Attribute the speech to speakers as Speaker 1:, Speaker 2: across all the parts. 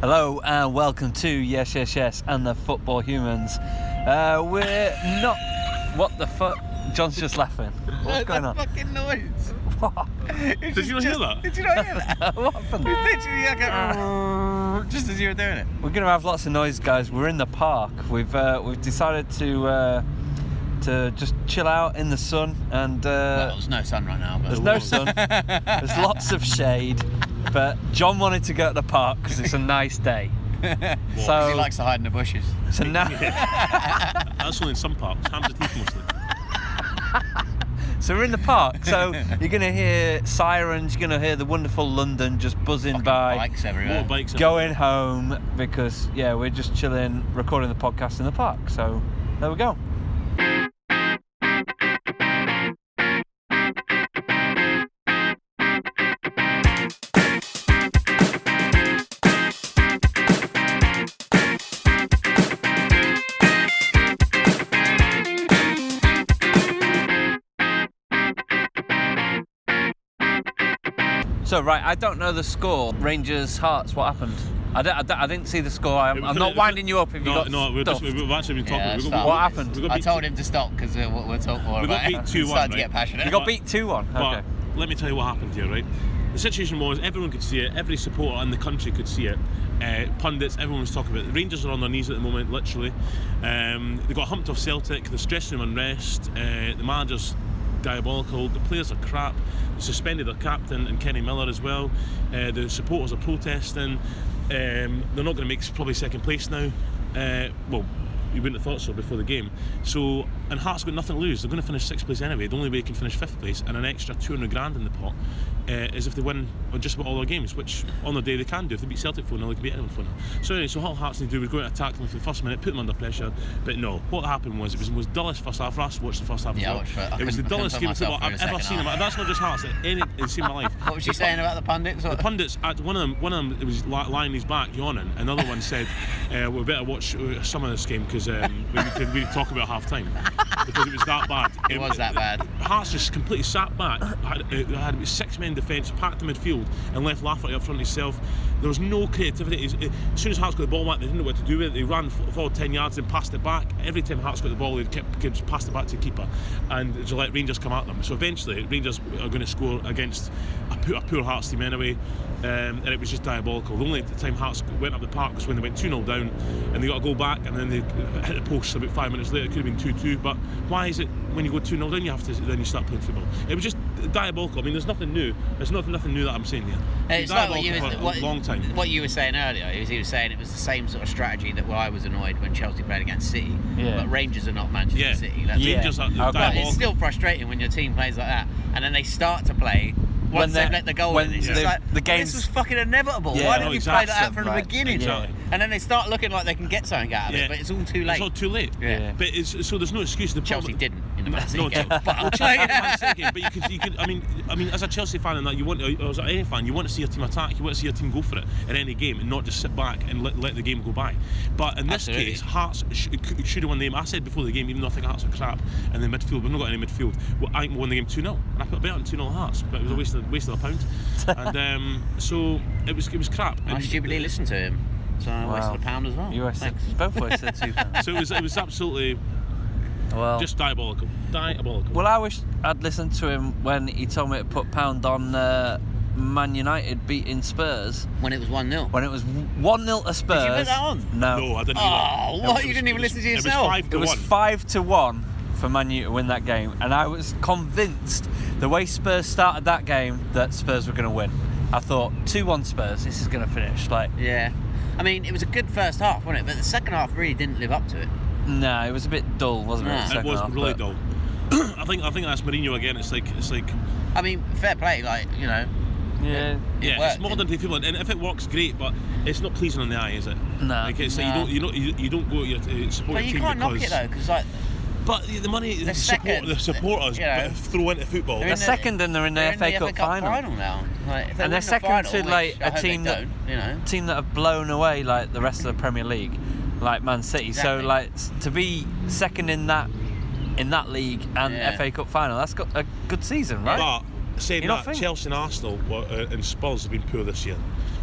Speaker 1: Hello and welcome to Yes Yes Yes and the Football Humans. Uh, we're not. What the fuck? John's just laughing. What's
Speaker 2: Look,
Speaker 1: going
Speaker 2: that
Speaker 1: on?
Speaker 2: fucking noise.
Speaker 1: What?
Speaker 2: It was
Speaker 3: you not
Speaker 2: just,
Speaker 3: hear that?
Speaker 2: Did you not hear that?
Speaker 1: Uh, what
Speaker 2: It
Speaker 1: happened?
Speaker 2: was literally like
Speaker 1: Ah.
Speaker 2: a, just as you were doing it.
Speaker 1: We're gonna have lots of noise, guys. We're in the park. We've uh, we've decided to uh, to just chill out in the sun, and
Speaker 2: Well,
Speaker 1: uh,
Speaker 2: there's no sun right now, but
Speaker 1: there's no sun. there's lots of shade, but John wanted to go to the park because it's a nice day.
Speaker 2: Because
Speaker 1: so
Speaker 2: he likes to hide in the bushes.
Speaker 1: so now
Speaker 3: That's only in some parks. Hampstead Heath mostly.
Speaker 1: so we're in the park. So you're gonna hear sirens. You're gonna hear the wonderful London just buzzing
Speaker 2: Fucking
Speaker 1: by.
Speaker 2: bikes everywhere.
Speaker 3: More bikes.
Speaker 1: Going home because yeah, we're just chilling, recording the podcast in the park. So there we go. So right, I don't know the score. Rangers Hearts, what happened? I, don't, I, don't- I didn't see the score. I'm,
Speaker 3: Yeah,
Speaker 1: I'm
Speaker 3: we
Speaker 1: not
Speaker 3: could've-
Speaker 1: winding you up if you
Speaker 3: No,
Speaker 1: got
Speaker 3: no, we've, just,
Speaker 1: stuffed.
Speaker 3: we've actually been talking.
Speaker 2: Yeah,
Speaker 3: we
Speaker 2: it's
Speaker 3: got,
Speaker 1: What
Speaker 3: we-
Speaker 1: happened?
Speaker 3: we got
Speaker 2: I
Speaker 3: beat-
Speaker 2: told him to stop because uh, we'll, we'll talk more
Speaker 3: We got
Speaker 2: about
Speaker 3: beat
Speaker 2: it.
Speaker 3: 2-1,
Speaker 2: Starting to get
Speaker 3: right?
Speaker 1: You
Speaker 2: passionate.
Speaker 1: got beat two one.
Speaker 3: But
Speaker 1: Okay.
Speaker 3: let me tell you what happened here, right? The situation was everyone could see it, every supporter in the country could see it. Uh, pundits, everyone was talking about it. The Rangers are on their knees at the moment, literally. Um, they got humped off Celtic, the stress room unrest, uh, the manager's diabolical, the players are crap, they suspended their captain and Kenny Miller as well. Uh, the supporters are protesting. Um, they're not going to make s- probably second place now. Uh, well, you wouldn't have thought so before the game. So, and Hearts got nothing to lose. They're going to finish sixth place anyway. The only way they can finish fifth place and an extra 200 grand in the pot uh, is if they win on just about all their games, which on the day they can do. If they beat Celtic 4 0, they can beat anyone 4 0. So, anyway, so all Hearts need to do was go out and attack them for the first minute, put them under pressure. But no, what happened was it was the most dullest first half. Russ watched the first half
Speaker 2: Yeah, I
Speaker 3: as
Speaker 2: watched it. I
Speaker 3: well. It
Speaker 2: couldn't-
Speaker 3: was the
Speaker 2: I couldn't
Speaker 3: dullest
Speaker 2: put
Speaker 3: game of
Speaker 2: myself
Speaker 3: football
Speaker 2: through
Speaker 3: I've
Speaker 2: the
Speaker 3: ever
Speaker 2: second
Speaker 3: seen. in my-
Speaker 2: half.
Speaker 3: That's not just Hearts, any, it's in my life.
Speaker 2: What was she
Speaker 3: The
Speaker 2: saying about the pundits? What-
Speaker 3: the pundits, at one of them, one of them it was li- lying on his back yawning. Another one said, uh, "We better watch uh, some of this game because um, we need to really talk about half time because it was that bad."
Speaker 2: It was that bad.
Speaker 3: Hearts just completely sat back, had, uh, had about six men in defence, packed the midfield, and left Lafferty up front himself. There was no creativity. It's- it- As soon as Hearts got the ball back, they didn't know what to do with it. They ran f- forward 10 yards and passed it back. Every time Hearts got the ball, they kept, could just passed it back to the keeper, and to let Rangers come at them. So eventually, Rangers are going to score against a poor, a poor Hearts team anyway, um, and it was just diabolical. The only time Hearts went up the park was when they went 2 0 down, and they got a goal back, and then they hit the post about five minutes later. It could have been 2 2, but why is it when you go 2 0 down, you have to then you start playing football? It was just diabolical. I mean, there's nothing new. There's nothing, nothing new that I'm saying here.
Speaker 2: Hey,
Speaker 3: It was
Speaker 2: Uh, it's like what you,
Speaker 3: diabolical
Speaker 2: was,
Speaker 3: for
Speaker 2: what,
Speaker 3: a long time.
Speaker 2: what you were saying earlier. Is he was saying it was the same sort of strategy that well, I was annoyed when Chelsea played against City.
Speaker 1: Yeah.
Speaker 2: But Rangers are not Manchester
Speaker 3: Yeah.
Speaker 2: City. That's
Speaker 1: Yeah.
Speaker 3: Rangers are
Speaker 1: Okay.
Speaker 2: But
Speaker 3: diabolical.
Speaker 2: it's still frustrating when your team plays like that, and then they start to play
Speaker 1: When
Speaker 2: once
Speaker 1: they're-
Speaker 2: they've let the goal
Speaker 1: when
Speaker 2: in. It's just
Speaker 1: the-
Speaker 2: like,
Speaker 1: the
Speaker 2: well,
Speaker 1: game's-
Speaker 2: this was fucking inevitable.
Speaker 1: Yeah.
Speaker 2: Why didn't
Speaker 3: Oh,
Speaker 2: you
Speaker 3: exactly.
Speaker 2: play like that from
Speaker 1: Right.
Speaker 2: the beginning?
Speaker 3: Exactly.
Speaker 2: And then they start looking like they can get something out of it, but it's all too late.
Speaker 3: It's all too late.
Speaker 2: Yeah.
Speaker 1: Yeah.
Speaker 3: But it's, so there's no excuse. The
Speaker 2: Chelsea
Speaker 3: problem-
Speaker 2: didn't in the Man City
Speaker 3: no,
Speaker 2: game.
Speaker 3: Chel-
Speaker 2: Fuck.
Speaker 3: Man City game, but you could, you could. I mean, I mean, as a Chelsea fan and that, you want, to, or as any fan, you want to see your team attack. You want to see your team go for it in any game, and not just sit back and let, let the game go by. But in this
Speaker 2: Absolutely.
Speaker 3: case, Hearts sh- c- should have won the game. I said before the game, even though I think Hearts are crap, and the midfield, we've not got any midfield. Well, I think we won the game two 0 and I put a bet on two 0 Hearts, but it was a waste of waste of a pound. and um, so it was it was crap.
Speaker 2: I
Speaker 3: And-
Speaker 2: stupidly listened to him, so I wasted a pound as well.
Speaker 1: You wasted,
Speaker 2: Thanks.
Speaker 1: both wasted two pounds.
Speaker 3: So it was it was absolutely
Speaker 1: Well,
Speaker 3: just diabolical, diabolical.
Speaker 1: well, I wish I'd listened to him when he told me to put pound on uh, Man United beating Spurs
Speaker 2: When it was 1 0.
Speaker 1: when it was one 0 to Spurs.
Speaker 2: put that on?
Speaker 1: No,
Speaker 3: No, I didn't.
Speaker 2: Oh,
Speaker 3: either.
Speaker 2: what?
Speaker 3: It
Speaker 2: You didn't
Speaker 3: was-
Speaker 2: even
Speaker 3: it was-
Speaker 2: listen to
Speaker 3: It
Speaker 2: yourself.
Speaker 3: was five to
Speaker 1: it was
Speaker 3: one.
Speaker 1: five to one for Man U to win that game, and I was convinced the way Spurs started that game that Spurs were going to win. I thought two one Spurs. This is going to finish like
Speaker 2: Yeah. I mean, it was a good first half, wasn't it? But the second half really didn't live up to it.
Speaker 1: no, it was a bit dull, wasn't it?
Speaker 2: Nah.
Speaker 1: the
Speaker 2: It
Speaker 3: it
Speaker 1: second
Speaker 3: was
Speaker 1: half,
Speaker 3: really
Speaker 1: but-
Speaker 3: dull. I think I think that's Mourinho again. It's like it's like
Speaker 2: I mean, fair play, like, you know.
Speaker 1: Yeah,
Speaker 2: It
Speaker 3: yeah,
Speaker 2: worked,
Speaker 3: it's modern day football, and if it works, great. But it's not pleasing on the eye, is it?
Speaker 1: Nah.
Speaker 3: Like it's like
Speaker 2: Nah.
Speaker 3: you don't you don't you, you don't go to your uh, support
Speaker 2: But
Speaker 3: your
Speaker 2: you
Speaker 3: team
Speaker 2: can't knock
Speaker 3: because.
Speaker 2: it though, because like
Speaker 3: But the money the, support
Speaker 2: second-
Speaker 3: the supporters
Speaker 2: you know,
Speaker 3: but throw into football.
Speaker 2: they're in
Speaker 1: they're
Speaker 2: the-
Speaker 1: second and they're in
Speaker 2: they're
Speaker 1: the
Speaker 2: in
Speaker 1: FA
Speaker 2: the
Speaker 1: Cup final.
Speaker 2: now. Like, if they
Speaker 1: And they're
Speaker 2: win the
Speaker 1: second
Speaker 2: final,
Speaker 1: to,
Speaker 2: which
Speaker 1: like,
Speaker 2: I
Speaker 1: a
Speaker 2: hope they
Speaker 1: team that-
Speaker 2: don't, you know.
Speaker 1: team that have blown away like the rest of the Premier League, like Man City. So
Speaker 2: Exactly.
Speaker 1: like s- to be second in that in that league and
Speaker 2: Yeah.
Speaker 1: FA Cup final, that's got a good season, right?
Speaker 3: But Saying
Speaker 1: You not
Speaker 3: that,
Speaker 1: think-
Speaker 3: Chelsea and Arsenal were, uh, and Spurs have been poor this year.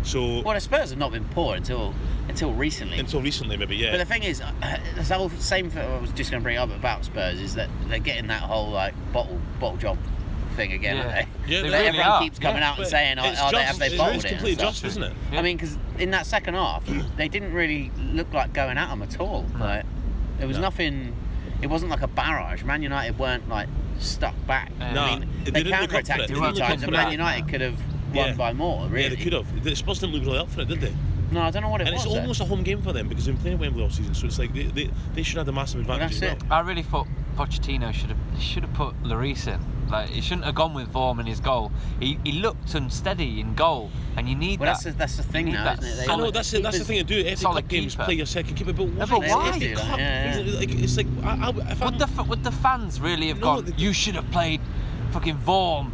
Speaker 3: So
Speaker 2: Well, the Spurs have not been poor until until recently.
Speaker 3: until recently, maybe yeah.
Speaker 2: But the thing is, this whole same thing I was just going to bring up about Spurs is that they're getting that whole like bottle bottle job thing again,
Speaker 1: Yeah.
Speaker 2: aren't they?
Speaker 3: Yeah, they
Speaker 2: That
Speaker 1: really
Speaker 2: everyone
Speaker 1: are.
Speaker 2: keeps coming
Speaker 3: Yeah,
Speaker 2: out and
Speaker 3: but
Speaker 2: saying, "Oh,
Speaker 3: it's
Speaker 2: oh, they,
Speaker 3: just-
Speaker 2: have they
Speaker 3: it's
Speaker 2: bottled it?" and
Speaker 3: completely
Speaker 2: stuff.
Speaker 3: just, isn't it?
Speaker 1: Yeah.
Speaker 2: I mean, because in that second half, they didn't really look like going at them at all. Like there was
Speaker 3: Uh-huh. No.
Speaker 2: nothing. It wasn't like a barrage. Man United weren't like stuck back.
Speaker 1: No,
Speaker 2: I mean,
Speaker 3: they
Speaker 2: they
Speaker 3: didn't look up for it.
Speaker 2: counter-attacked
Speaker 3: They
Speaker 2: a few
Speaker 1: weren't looking
Speaker 2: times,
Speaker 1: for
Speaker 2: and Man
Speaker 1: that.
Speaker 2: United could have won
Speaker 3: Yeah.
Speaker 2: by more. Really,
Speaker 3: Yeah, they could have. The Spurs didn't look really up for it, did they?
Speaker 2: No, I don't know what it
Speaker 3: and
Speaker 2: was.
Speaker 3: it's
Speaker 2: though.
Speaker 3: almost a home game for them because they've been playing Wembley all season, so it's like they, they, they should have the massive advantage
Speaker 2: that's
Speaker 3: as
Speaker 2: it.
Speaker 3: well.
Speaker 1: I really thought Pochettino should have he should have put Lloris in. Like he shouldn't have gone with Vorm in his goal. He, he looked unsteady in goal, and you need
Speaker 2: Well,
Speaker 1: that.
Speaker 2: that's the, that's the thing
Speaker 1: need
Speaker 2: now,
Speaker 1: that
Speaker 2: isn't it? They-
Speaker 3: I know
Speaker 1: Solid
Speaker 3: that's the, that's the thing to do. FA
Speaker 1: solid
Speaker 3: Cup games,
Speaker 1: keeper.
Speaker 3: play your second keeper, but why?
Speaker 1: but
Speaker 3: is it
Speaker 1: why?
Speaker 3: FA Cup?
Speaker 2: Yeah, yeah.
Speaker 3: Like, it's like I, I, if I'm,
Speaker 1: would the f- would the fans really have
Speaker 3: No,
Speaker 1: gone?
Speaker 3: they-
Speaker 1: You should have played fucking Vorm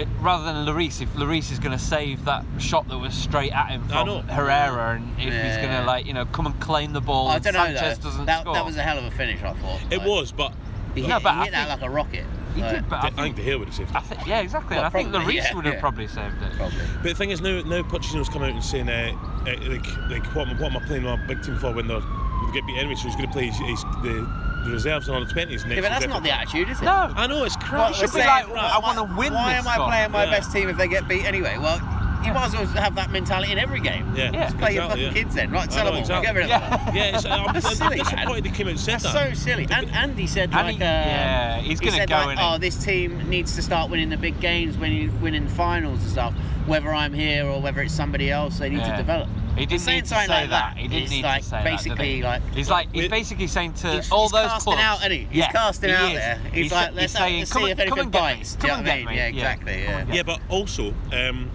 Speaker 1: i- rather than Lloris. If Lloris is going to save that shot that was straight at him
Speaker 3: I
Speaker 1: from
Speaker 3: know.
Speaker 1: Herrera, and if he's going
Speaker 2: Yeah.
Speaker 1: to like you know come and claim the ball,
Speaker 2: I
Speaker 1: and
Speaker 2: don't know
Speaker 1: Sanchez
Speaker 2: though.
Speaker 1: doesn't
Speaker 2: That,
Speaker 1: score.
Speaker 2: that was a hell of a finish, I thought.
Speaker 3: it
Speaker 2: Like,
Speaker 3: was, but
Speaker 2: He hit,
Speaker 1: No, but
Speaker 2: he
Speaker 1: I
Speaker 2: hit that
Speaker 1: think-
Speaker 2: like a rocket.
Speaker 1: he
Speaker 2: like,
Speaker 1: did, but
Speaker 3: I
Speaker 1: I
Speaker 3: think
Speaker 1: think,
Speaker 3: the hair would have saved it.
Speaker 1: I think yeah, exactly. and
Speaker 2: Well,
Speaker 1: I think
Speaker 2: probably,
Speaker 1: Lloris
Speaker 2: yeah,
Speaker 1: would have
Speaker 2: yeah.
Speaker 1: probably saved it.
Speaker 2: Probably.
Speaker 3: But the thing is now, now Pochettino's come out and saying, uh, uh, like, like what, am- what am I playing my big team for when they're we get beat anyway? So he's going to play his, his, the, the reserves and all the twenties next.
Speaker 2: Yeah, but that's
Speaker 3: year.
Speaker 2: not the attitude, is it?
Speaker 1: No,
Speaker 3: I know it's
Speaker 2: What,
Speaker 3: crap.
Speaker 1: should
Speaker 2: we're
Speaker 1: be
Speaker 2: saying,
Speaker 1: like,
Speaker 2: right,
Speaker 1: I
Speaker 2: why-
Speaker 1: wanna win
Speaker 2: Why
Speaker 1: this
Speaker 2: am I
Speaker 1: one.
Speaker 2: playing my
Speaker 3: Yeah.
Speaker 2: best team if they get beat anyway? Well, you might as well have that mentality in every game.
Speaker 3: Yeah.
Speaker 1: Yeah.
Speaker 2: Just play your
Speaker 3: Exactly,
Speaker 2: fucking
Speaker 3: yeah.
Speaker 2: kids then. Right,
Speaker 3: I
Speaker 2: sell
Speaker 3: know,
Speaker 2: them all.
Speaker 3: exactly.
Speaker 2: Get rid of them.
Speaker 1: yeah.
Speaker 3: Yeah, it's, I'm, I'm
Speaker 2: That's silly, man.
Speaker 3: disappointed they came out and said
Speaker 2: That's
Speaker 3: that.
Speaker 2: so silly. And Andy said
Speaker 1: And
Speaker 2: like,
Speaker 1: he-
Speaker 2: uh,
Speaker 1: yeah, he's
Speaker 2: he
Speaker 1: gonna
Speaker 2: said
Speaker 1: go
Speaker 2: like,
Speaker 1: in
Speaker 2: oh,
Speaker 1: it.
Speaker 2: this team needs to start winning the big games when you winning finals and stuff. Whether I'm here or whether it's somebody else, they need
Speaker 1: Yeah.
Speaker 2: to develop.
Speaker 1: He
Speaker 2: He's
Speaker 1: didn't
Speaker 2: saying
Speaker 1: need to say
Speaker 2: something like
Speaker 1: that. He didn't
Speaker 2: It's
Speaker 1: need
Speaker 2: like
Speaker 1: to say that. did
Speaker 2: basically
Speaker 1: he?
Speaker 2: like
Speaker 1: he's like he's
Speaker 3: It-
Speaker 1: basically saying to
Speaker 2: He's-
Speaker 1: all
Speaker 2: he's
Speaker 1: those
Speaker 2: casting
Speaker 1: clubs.
Speaker 2: out, isn't he? He's casting
Speaker 1: he
Speaker 2: out
Speaker 1: is.
Speaker 2: there. He's
Speaker 1: sa-
Speaker 2: like, let's have- let's
Speaker 1: "Come
Speaker 2: see
Speaker 1: and-
Speaker 2: if
Speaker 1: come and
Speaker 2: anything
Speaker 1: get me.
Speaker 2: bites."
Speaker 1: Come
Speaker 2: Do you know
Speaker 1: and
Speaker 2: what I
Speaker 1: get
Speaker 2: mean?
Speaker 1: me.
Speaker 2: Yeah, exactly,
Speaker 1: Come and get
Speaker 2: yeah.
Speaker 3: Yeah, but also, um,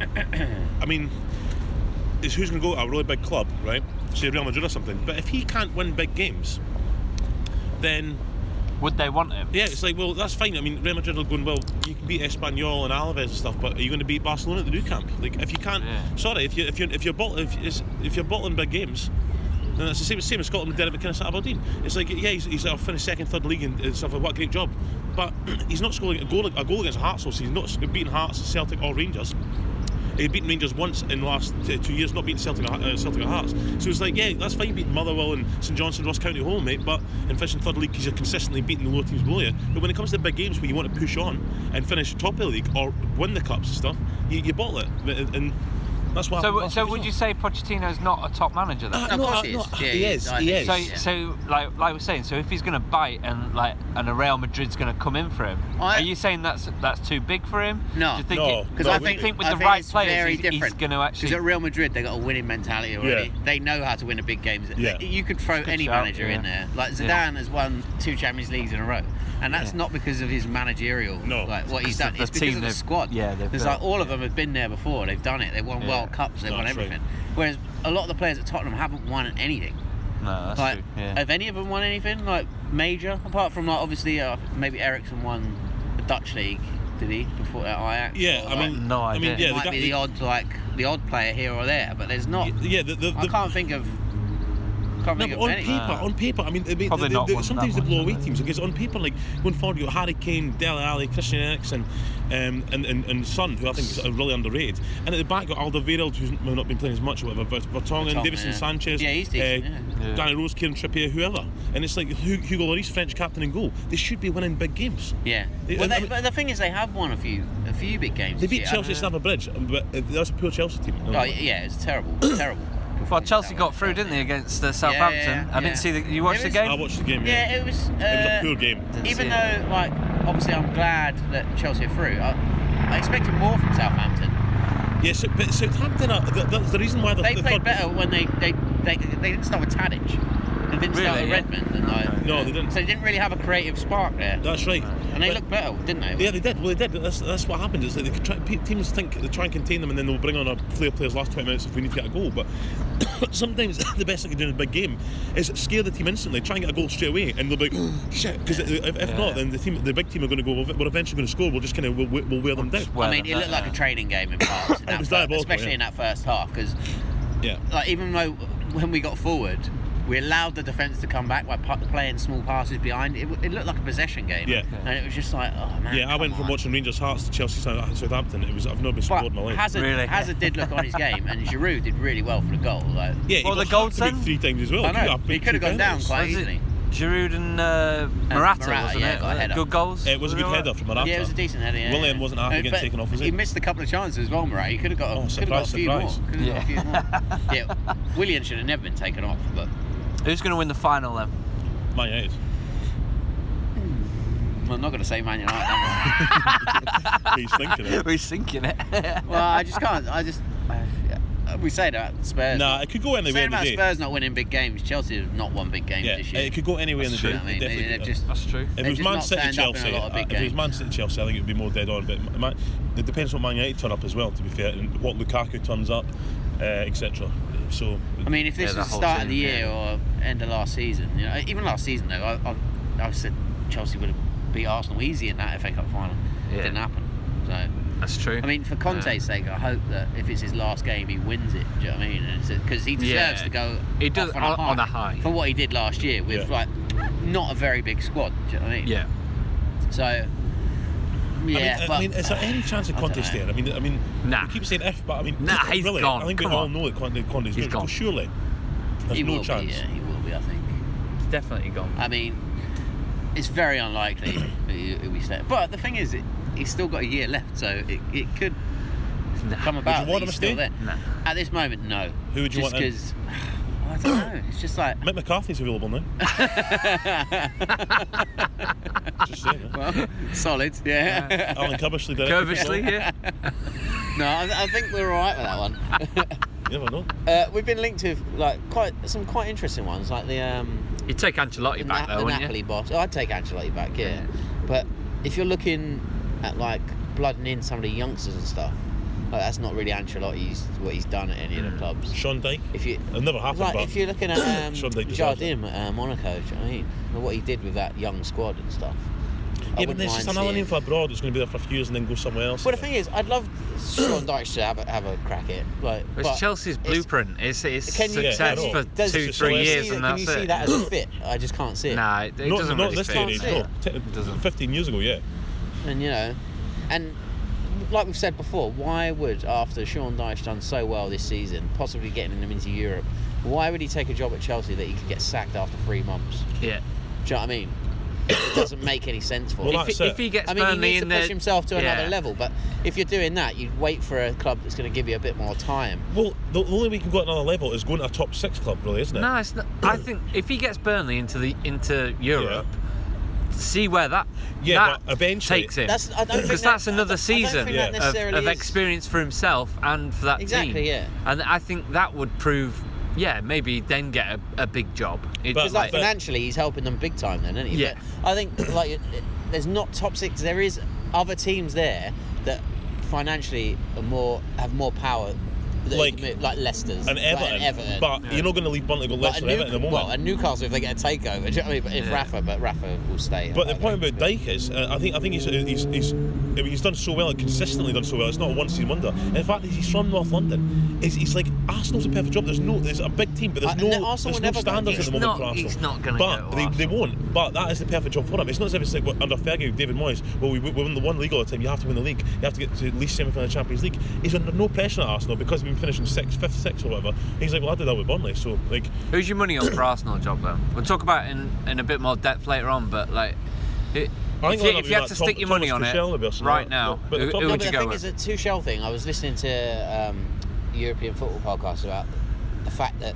Speaker 3: I mean, is who's going to go to a really big club, right? Say Real Madrid or something. But if he can't win big games, then
Speaker 1: me." Would they want him?
Speaker 3: yeah, it's like, well, that's fine. I mean, Real Madrid are going well. You can beat Espanyol and Alaves and stuff, but are you going to beat Barcelona at the new camp? Like, if you can't,
Speaker 1: Yeah.
Speaker 3: sorry, if you if you if you're bottle, if it's- if you're bottling big games. then it's the same, same as Scotland did at McInnes at Aberdeen. It's like, yeah, he's, he's uh, finished second, third league and, and stuff. like, What a great job! But he's not scoring a goal, a goal against Hearts. So he's not beating Hearts, Celtic, or Rangers. He'd beaten Rangers once in the last uh, two years, not beating Celtic, at- uh, Celtic at Hearts. So it's like, yeah, that's fine beating Motherwell and St Johnson, Ross County home, mate. But in Fish and Third League, because you're consistently beating the lower teams below you. But when it comes to big games where you want to push on and finish top of the league or win the cups and stuff, you, you bottle it. But- And, and that's what.
Speaker 1: So,
Speaker 3: happened
Speaker 1: so
Speaker 3: last
Speaker 1: would
Speaker 3: season.
Speaker 1: you say Pochettino's not a top manager then?
Speaker 3: No,
Speaker 2: of course
Speaker 3: I-
Speaker 2: he
Speaker 3: no,
Speaker 2: is.
Speaker 3: he
Speaker 2: Yeah, he
Speaker 3: is,
Speaker 2: I
Speaker 3: he
Speaker 2: think
Speaker 3: is.
Speaker 1: So,
Speaker 2: yeah.
Speaker 1: so like, like we're saying, so if he's going to bite and like, and a Real Madrid's going to come in for him,
Speaker 2: I-
Speaker 1: are you saying that's that's too big for him?
Speaker 2: No.
Speaker 1: Do you think
Speaker 3: No,
Speaker 1: it-
Speaker 2: Because
Speaker 3: No,
Speaker 2: I
Speaker 1: do
Speaker 3: we-
Speaker 1: you
Speaker 2: think,
Speaker 1: think with
Speaker 2: I
Speaker 1: the
Speaker 2: think
Speaker 1: right
Speaker 2: it's
Speaker 1: players,
Speaker 2: very
Speaker 1: he's,
Speaker 2: different.
Speaker 1: he's going to
Speaker 2: Because
Speaker 1: actually.
Speaker 2: at Real Madrid, they got a winning mentality already.
Speaker 3: Yeah.
Speaker 2: They know how to win the big games.
Speaker 3: Yeah.
Speaker 2: You could throw
Speaker 1: Good
Speaker 2: any
Speaker 1: shout,
Speaker 2: manager in
Speaker 1: yeah.
Speaker 2: there. Like Zidane
Speaker 1: Yeah.
Speaker 2: has won two Champions Leagues in a row, and that's
Speaker 1: Yeah.
Speaker 2: not because of his managerial.
Speaker 3: No.
Speaker 2: Like what he's
Speaker 1: It's 'cause of
Speaker 2: done.
Speaker 1: the
Speaker 2: It's because
Speaker 1: team
Speaker 2: of the
Speaker 1: they've-
Speaker 2: squad.
Speaker 1: yeah, they've
Speaker 2: There's
Speaker 1: built,
Speaker 2: like all of them have been there before. They've done it. They won
Speaker 1: Yeah.
Speaker 2: World Cups. They've
Speaker 3: No,
Speaker 2: won
Speaker 3: that's right.
Speaker 2: everything. Whereas a lot of the players at Tottenham haven't won anything.
Speaker 1: no, that's
Speaker 2: like,
Speaker 1: true. Yeah.
Speaker 2: have any of them won anything like major apart from like obviously uh, maybe Ericsson won the Dutch league? Did he before at Ajax?
Speaker 3: Yeah,
Speaker 2: Or,
Speaker 3: I
Speaker 2: like,
Speaker 3: mean,
Speaker 1: No
Speaker 3: I mean,
Speaker 1: idea.
Speaker 3: yeah,
Speaker 2: might
Speaker 3: the,
Speaker 2: be the
Speaker 3: guy-
Speaker 2: odd like the odd player here or there, but there's not.
Speaker 3: yeah, the, the,
Speaker 2: I
Speaker 3: the,
Speaker 2: can't think of. Can't
Speaker 3: No,
Speaker 2: think
Speaker 3: but
Speaker 2: of
Speaker 3: on
Speaker 2: any.
Speaker 3: paper, on paper, I mean, I mean
Speaker 1: Probably
Speaker 3: they-
Speaker 1: not
Speaker 3: they-
Speaker 1: one
Speaker 3: sometimes they
Speaker 1: that
Speaker 3: blow
Speaker 1: much,
Speaker 3: away
Speaker 1: no.
Speaker 3: teams because on paper, like going forward, you got Harry Kane, Dele Alli, Christian Eriksen, um, and, and and Son, who I think is uh, really underrated. And at the back, got Alderweireld, who's well, not been playing as much, or whatever, Vert- Vertonghen,
Speaker 2: Vertonghen,
Speaker 3: Davison
Speaker 2: yeah.
Speaker 3: Sanchez, uh,
Speaker 2: Yeah, he's decent, yeah.
Speaker 1: Yeah.
Speaker 3: Danny Rose, Kieran Trippier, whoever. And it's like Hu- Hugo Lloris, French captain and goal. They should be winning big games.
Speaker 2: yeah.
Speaker 3: They-
Speaker 2: Well,
Speaker 3: I
Speaker 2: they,
Speaker 3: mean-
Speaker 2: but the thing is, they have won a few, a few big games.
Speaker 3: They
Speaker 2: this
Speaker 3: beat
Speaker 2: year.
Speaker 3: Chelsea at Stamford Bridge, but uh, that's a poor Chelsea team.
Speaker 2: Oh yeah, it's terrible, terrible.
Speaker 1: Well, Chelsea got through, didn't they, against uh, Southampton? I didn't see that. You watched
Speaker 2: It
Speaker 1: the
Speaker 2: was-
Speaker 1: game?
Speaker 3: I watched the game.
Speaker 2: Yeah, it was. Uh,
Speaker 3: was a poor game.
Speaker 1: Didn't
Speaker 2: Even
Speaker 1: see it.
Speaker 2: though, like, obviously, I'm glad that Chelsea are through. I, I expected more from Southampton.
Speaker 3: Yes, but Southampton. Are, that, that's the reason why they're
Speaker 2: They
Speaker 3: they're
Speaker 2: played
Speaker 3: third.
Speaker 2: better when they they, they they didn't start with Tadic. They didn't start
Speaker 1: Really,
Speaker 2: with
Speaker 1: yeah?
Speaker 2: Redmond. And like,
Speaker 3: No, they didn't.
Speaker 2: So they didn't really have a creative spark there.
Speaker 3: That's right.
Speaker 2: and they
Speaker 3: But-
Speaker 2: looked better, didn't they?
Speaker 3: Yeah, they did. Well, they did. That's, that's what happened. It's like they could try, pe- teams think they try and contain them, and then they'll bring on a player players last twenty minutes if we need to get a goal. But sometimes the best thing to do in a big game is scare the team instantly, try and get a goal straight away, and they'll be like, "Oh, shit. Because if, if
Speaker 1: Yeah.
Speaker 3: not, then the team, the big team are going to go. "Well, We're eventually going to score. We'll just kind of we'll, we'll wear them down.
Speaker 1: Just
Speaker 2: I
Speaker 1: wear
Speaker 2: mean,
Speaker 1: them
Speaker 2: it looked
Speaker 1: down.
Speaker 2: like a training game in parts, in that
Speaker 3: was
Speaker 2: fir-
Speaker 3: diabolical,
Speaker 2: especially
Speaker 3: yeah.
Speaker 2: in that first half, because
Speaker 3: Yeah.
Speaker 2: like even though when we got forward, We allowed the defence to come back by pu- playing small passes behind. It, w- it looked like a possession game.
Speaker 3: Yeah.
Speaker 2: And it was just like, oh man.
Speaker 3: Yeah, I
Speaker 2: come
Speaker 3: went from
Speaker 2: on.
Speaker 3: watching Rangers Hearts to Chelsea South- Southampton. It was I've not been scored
Speaker 2: But
Speaker 3: in my life.
Speaker 2: Hazard,
Speaker 1: Really?
Speaker 2: Hazard did look on his game, and Giroud did really well for the goal. Like,
Speaker 3: yeah, he
Speaker 1: Well, the
Speaker 3: got
Speaker 1: goals
Speaker 3: hacked
Speaker 1: then?
Speaker 3: three times as well.
Speaker 2: I know,
Speaker 3: got
Speaker 2: he
Speaker 3: big
Speaker 2: could've
Speaker 3: two
Speaker 2: gone down
Speaker 3: penalties.
Speaker 2: quite-
Speaker 1: Was it
Speaker 2: easily.
Speaker 1: Giroud and uh, Morata,
Speaker 2: Morata,
Speaker 1: wasn't
Speaker 2: yeah,
Speaker 1: it? Wasn't
Speaker 2: got a
Speaker 1: it?
Speaker 2: header.
Speaker 1: Good goals.
Speaker 3: It was a good
Speaker 1: Wasn't
Speaker 3: header from Morata.
Speaker 2: Yeah, it was a decent header. Yeah,
Speaker 3: William
Speaker 2: yeah.
Speaker 3: wasn't happy
Speaker 2: Uh,
Speaker 3: getting
Speaker 2: but
Speaker 3: taken off, was he?
Speaker 2: He missed a couple of chances as well, Murray. He could have got,
Speaker 3: Oh,
Speaker 2: a could have got a
Speaker 3: surprise,
Speaker 2: few
Speaker 3: surprise.
Speaker 2: more. Could have got a few more. yeah, William should have never been taken off, but
Speaker 1: Who's going to win the final then?
Speaker 3: Man United.
Speaker 2: well, I'm not going to say Man United. am
Speaker 3: He's thinking it.
Speaker 1: We're sinking it.
Speaker 2: I? well, I just can't. I just uh, we say that Spurs.
Speaker 3: Nah, it could go anywhere
Speaker 2: Saying
Speaker 3: in the
Speaker 2: about
Speaker 3: day.
Speaker 2: Spurs not winning big games, Chelsea have not won big games
Speaker 3: Yeah,
Speaker 2: this year.
Speaker 3: it could go anywhere in the
Speaker 2: That's true.
Speaker 3: day.
Speaker 2: I mean,
Speaker 3: it definitely
Speaker 2: they- they're
Speaker 3: could.
Speaker 2: just
Speaker 1: That's true.
Speaker 3: If
Speaker 2: They
Speaker 3: it was
Speaker 2: just
Speaker 3: Man
Speaker 2: not
Speaker 3: City
Speaker 2: turned up in a
Speaker 3: Chelsea,
Speaker 2: lot of big
Speaker 3: if it was Man City Chelsea, I think it would be more dead on. But Man, it depends what Man United turn up as well. To be fair, and what Lukaku turns up, uh, etc. So
Speaker 2: I mean, if this
Speaker 1: Yeah,
Speaker 2: was
Speaker 1: the
Speaker 2: the
Speaker 1: whole
Speaker 2: start of the
Speaker 1: team,
Speaker 2: year or end of last season, you know, even last season though, I, I, I said Chelsea would have beat Arsenal easy in that FA Cup final.
Speaker 1: Yeah.
Speaker 2: It didn't happen. So, I
Speaker 1: That's true.
Speaker 2: mean, for Conte's sake, I hope that if it's his last game, he wins it. Do you know what I mean? Because he deserves
Speaker 1: Yeah.
Speaker 2: to go.
Speaker 1: He does-
Speaker 2: off on, a,
Speaker 1: on-
Speaker 2: high
Speaker 1: on a high.
Speaker 2: for what he did last year with
Speaker 3: Yeah.
Speaker 2: like not a very big squad. Do you know what I mean?
Speaker 1: yeah.
Speaker 2: So, yeah,
Speaker 3: I mean,
Speaker 2: but
Speaker 3: I mean, is there any chance of
Speaker 2: I don't
Speaker 3: Conte's
Speaker 2: know.
Speaker 3: there? I mean, I mean,
Speaker 1: Nah.
Speaker 3: we keep saying if, but I mean,
Speaker 1: Nah,
Speaker 3: really,
Speaker 1: he's gone.
Speaker 3: I think we
Speaker 1: Come
Speaker 3: all
Speaker 1: on.
Speaker 3: know that Conte, Conte's
Speaker 1: He's
Speaker 3: not.
Speaker 1: gone.
Speaker 3: Surely, there's
Speaker 2: he
Speaker 3: no
Speaker 2: will
Speaker 3: chance.
Speaker 2: be. Yeah, he will be. I think.
Speaker 1: He's definitely gone.
Speaker 2: I mean, it's very unlikely that we stay. But the thing is, it, he's still got a year left, so it, it could come about.
Speaker 3: want
Speaker 2: that
Speaker 3: him
Speaker 2: he's
Speaker 3: to
Speaker 2: still
Speaker 3: stay?
Speaker 2: there. At this moment, no.
Speaker 3: Who would you
Speaker 2: just
Speaker 3: want in?
Speaker 2: Just because I don't know. It's just like
Speaker 3: Mick McCarthy's available now. Just saying. eh?
Speaker 2: well, solid. Yeah.
Speaker 3: Alan Cubbersley did
Speaker 1: Curvishly, yeah.
Speaker 2: no, I, I think we're all right with that one.
Speaker 3: You never know.
Speaker 2: Uh, we've been linked to like quite some quite interesting ones, like the um,
Speaker 1: You'd take Ancelotti
Speaker 2: the,
Speaker 1: back
Speaker 2: Na-
Speaker 1: though,
Speaker 2: the
Speaker 1: wouldn't
Speaker 2: Napoli
Speaker 1: you?
Speaker 2: boss. Oh, I'd take Ancelotti back, yeah.
Speaker 1: Yeah.
Speaker 2: But if you're looking at like blooding in some of the youngsters and stuff, like that's not really Ancelotti's what he's done at any
Speaker 1: Mm.
Speaker 2: of the clubs.
Speaker 3: Sean Dyke.
Speaker 2: If you
Speaker 3: It never happened,
Speaker 2: like
Speaker 3: but
Speaker 2: if you're looking at um,
Speaker 3: Sean Dyche deserves
Speaker 2: Jardim at uh, Monaco, do you know what I mean? And what he did with that young squad and stuff. I
Speaker 3: yeah, but
Speaker 2: wouldn't
Speaker 3: there's
Speaker 2: mind
Speaker 3: just another
Speaker 2: seeing-
Speaker 3: name for abroad that's going to be there for a few years and then go somewhere else.
Speaker 2: Well, the thing is, I'd love Sean Dyche to have a, have a crack at. Like,
Speaker 1: It's
Speaker 2: but
Speaker 1: Chelsea's
Speaker 2: it's-
Speaker 1: blueprint. It's, it's
Speaker 2: Can you-
Speaker 1: success
Speaker 3: Yeah, I know.
Speaker 1: for
Speaker 2: does-
Speaker 1: two,
Speaker 2: can
Speaker 1: three
Speaker 2: you see
Speaker 1: years,
Speaker 2: that-
Speaker 1: and
Speaker 2: Can
Speaker 1: that's
Speaker 2: you see
Speaker 1: it.
Speaker 2: that as a fit? I just can't see it.
Speaker 1: Nah, it, it
Speaker 3: not,
Speaker 1: doesn't
Speaker 3: not
Speaker 1: really
Speaker 3: this
Speaker 1: fit.
Speaker 3: day and
Speaker 2: does
Speaker 3: age,
Speaker 2: it?
Speaker 3: no. Te-
Speaker 1: doesn't.
Speaker 3: 15 years ago, yeah.
Speaker 2: and you know, and like we've said before, why would after Sean Dyche done so well this season, possibly getting him into Europe, why would he take a job at Chelsea that he could get sacked after three months?
Speaker 1: Yeah.
Speaker 2: Do you know what I mean? It doesn't make any sense for
Speaker 3: Well,
Speaker 2: him.
Speaker 3: that's
Speaker 1: If, he-
Speaker 3: it.
Speaker 1: if he gets
Speaker 2: I mean, he
Speaker 1: Burnley
Speaker 2: needs to
Speaker 1: in
Speaker 2: push
Speaker 1: there,
Speaker 2: himself to
Speaker 1: yeah.
Speaker 2: another level, but if you're doing that, you'd wait for a club that's going to give you a bit more time.
Speaker 3: Well, the, the only way you can go at another level is going to a top six club, really, isn't it?
Speaker 1: No, it's not. I think if he gets Burnley into the into Europe, see where that
Speaker 3: Yeah,
Speaker 1: that
Speaker 3: but eventually-
Speaker 1: takes him.
Speaker 2: That's I don't think
Speaker 1: because
Speaker 2: that-
Speaker 1: that's another
Speaker 2: I don't- I don't
Speaker 1: season
Speaker 2: think that
Speaker 3: Yeah.
Speaker 1: of,
Speaker 2: necessarily
Speaker 1: of
Speaker 2: is-
Speaker 1: experience for himself and for that team.
Speaker 2: Exactly, yeah.
Speaker 1: And I think that would prove, yeah, maybe then get a, a big job. It's
Speaker 3: But-
Speaker 2: Because like
Speaker 3: but-
Speaker 2: financially, he's helping them big time, then, isn't he?
Speaker 1: Yeah.
Speaker 2: But I think like it- there's not top six. There is other teams there that financially are more have more power. that
Speaker 3: Like-
Speaker 2: can move- like Leicester's,
Speaker 3: And Everton,
Speaker 2: like an Everton.
Speaker 3: but you're not going to leave Burnley to go
Speaker 2: Like
Speaker 3: less
Speaker 2: a
Speaker 3: than Everton
Speaker 2: New-
Speaker 3: at the
Speaker 2: well,
Speaker 3: moment.
Speaker 2: and Newcastle if they get a takeover. Do you know what I mean? But if
Speaker 1: Yeah.
Speaker 2: Rafa, but Rafa will stay.
Speaker 3: but the
Speaker 2: I
Speaker 3: point
Speaker 2: think.
Speaker 3: about Dyke is, uh, I think, I think he's, he's, he's, I mean, he's done so well, consistently done so well. It's not a one-season wonder. In fact, he's from North London. He's, he's like Arsenal's a perfect job. There's no, there's a big team, but there's
Speaker 2: Uh,
Speaker 3: no,
Speaker 2: no, Arsenal will
Speaker 3: there's no
Speaker 2: never go.
Speaker 3: standards
Speaker 1: He's
Speaker 3: at the moment
Speaker 1: not-
Speaker 3: for Arsenal.
Speaker 1: he's not gonna
Speaker 3: But
Speaker 1: go to
Speaker 3: they, they
Speaker 1: Arsenal.
Speaker 3: won't. But that is the perfect job for him. It's not as if it's like under Fergie, with David Moyes. Well, we, we win the one league all the time. You have to win the league. You have to get to at least semi-final of the Champions League. He's under no pressure at Arsenal because we've been finishing sixth, fifth, sixth, or whatever. He's like, well, I did that with Burnley, so like.
Speaker 1: Who's your money on for Arsenal job though? We'll talk about it in, in a bit more depth later on, but like, it,
Speaker 3: I
Speaker 1: if
Speaker 3: think
Speaker 1: you,
Speaker 3: I'll
Speaker 1: if you had
Speaker 3: be
Speaker 1: to
Speaker 3: like
Speaker 1: stick your
Speaker 3: Tom-
Speaker 1: money on
Speaker 3: Thomas
Speaker 1: it
Speaker 3: Tuchel, maybe, or something
Speaker 1: right
Speaker 3: like that.
Speaker 1: now,
Speaker 3: But the
Speaker 1: who,
Speaker 3: problem-
Speaker 1: who
Speaker 2: No,
Speaker 1: would
Speaker 2: but
Speaker 1: you
Speaker 2: the
Speaker 1: go
Speaker 2: thing
Speaker 1: with?
Speaker 2: is, a Tuchel thing. I was listening to um, European football podcast about the fact that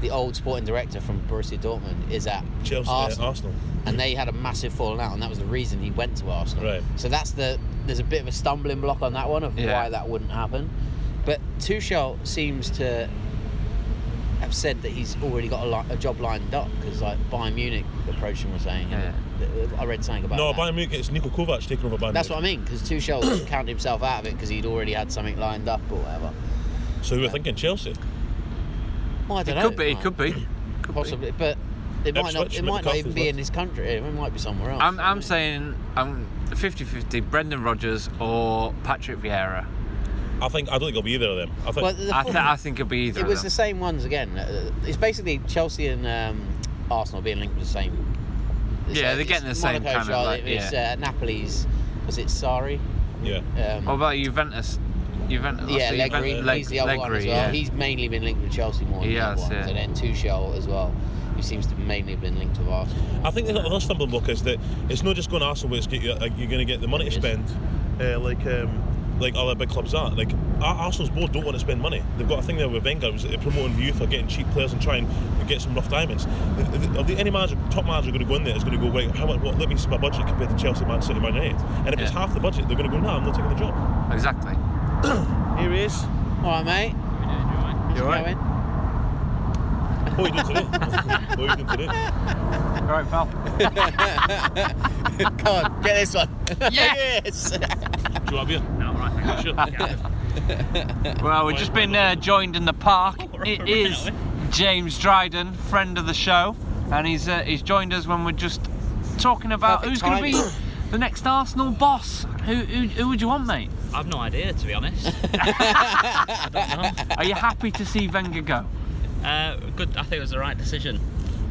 Speaker 2: the old sporting director from Borussia Dortmund is at
Speaker 3: Chelsea, uh,
Speaker 2: Arsenal,
Speaker 3: Arsenal.
Speaker 2: and they had a massive falling out, and that was the reason he went to Arsenal.
Speaker 3: Right.
Speaker 2: So that's the there's a bit of a stumbling block on that one of
Speaker 1: Yeah.
Speaker 2: why that wouldn't happen. But Tuchel seems to have said that he's already got a, li- a job lined up because like Bayern Munich approached him and was saying,
Speaker 1: Yeah.
Speaker 2: and I read something about
Speaker 3: No,
Speaker 2: that.
Speaker 3: Bayern Munich it's Niko Kovac taking over Bayern.
Speaker 2: That's what I
Speaker 3: Munich.
Speaker 2: mean, because Tuchel counted himself out of it because he'd already had something lined up or whatever.
Speaker 3: So we were thinking Chelsea.
Speaker 2: Well, I
Speaker 1: It
Speaker 2: don't know.
Speaker 1: could be. It could be. Could be.
Speaker 2: Possibly, but it might not.
Speaker 3: Ipswich,
Speaker 2: It might not
Speaker 3: McCarthy's
Speaker 2: even be
Speaker 3: left.
Speaker 2: in this country. It might be somewhere else.
Speaker 1: I'm, I'm saying I'm 50-50 Brendan Rodgers or Patrick Vieira.
Speaker 3: I think I don't think it'll be either of them. I think
Speaker 2: Well, the
Speaker 1: I, th-
Speaker 2: problem-
Speaker 1: I think it'd be either.
Speaker 2: it
Speaker 1: of
Speaker 2: was
Speaker 1: them.
Speaker 2: the same ones again. Uh, It's basically Chelsea and um, Arsenal being linked with the same. it's
Speaker 1: Yeah,
Speaker 2: like-
Speaker 1: they're getting
Speaker 2: it's
Speaker 1: the same
Speaker 2: Monaco,
Speaker 1: kind of,
Speaker 2: Charlotte,
Speaker 1: like,
Speaker 2: It's uh, Napoli's. Was it Sari?
Speaker 3: yeah.
Speaker 2: Um,
Speaker 1: What about Juventus? Juventus.
Speaker 2: yeah,
Speaker 1: so
Speaker 2: Legri.
Speaker 1: Juventus- Oh, Leg-
Speaker 2: he's the other one as
Speaker 1: Legri,
Speaker 2: well.
Speaker 1: yeah.
Speaker 2: He's mainly been linked with Chelsea more than
Speaker 1: He
Speaker 2: the
Speaker 1: has,
Speaker 2: other ones,
Speaker 1: yeah.
Speaker 2: and then Tuchel as well, who seems to mainly have been linked with Arsenal.
Speaker 3: I think the other stumbling block is that it's not just going to Arsenal where it's get, you're, you're going to get the money to
Speaker 2: Yes.
Speaker 3: spend, uh, like um, like other big clubs are. Like Ar- Arsenal's board don't want to spend money. They've got a thing there with Wenger was uh, promoting youth or getting cheap players and trying to get some rough diamonds. Th- th- Are the, any manager, top manager, going to go in there is going to go right? How much? What? Let me see my budget compared to Chelsea, Man City, Man United. And if it's
Speaker 1: Yeah.
Speaker 3: half the budget, they're going to go, nah, I'm not taking the job.
Speaker 1: Exactly.
Speaker 3: Here he is.
Speaker 2: All right, mate.
Speaker 1: You alright?
Speaker 2: Going?
Speaker 3: What are you doing today? what are you doing today?
Speaker 1: Alright, pal.
Speaker 2: Come on, get this one. Yes.
Speaker 3: Do you want a beer? No, right. Sure.
Speaker 1: Well, we've just been uh, joined in the park. It is James Dryden, friend of the show, and he's uh, he's joined us when we're just talking about
Speaker 2: Perfect
Speaker 1: who's going to be
Speaker 2: timing.
Speaker 1: the next Arsenal boss. Who, who who would you want, mate?
Speaker 4: I've no idea, to be honest. I don't know.
Speaker 1: Are you happy to see Wenger go?
Speaker 4: Uh, good. I think it was the right decision.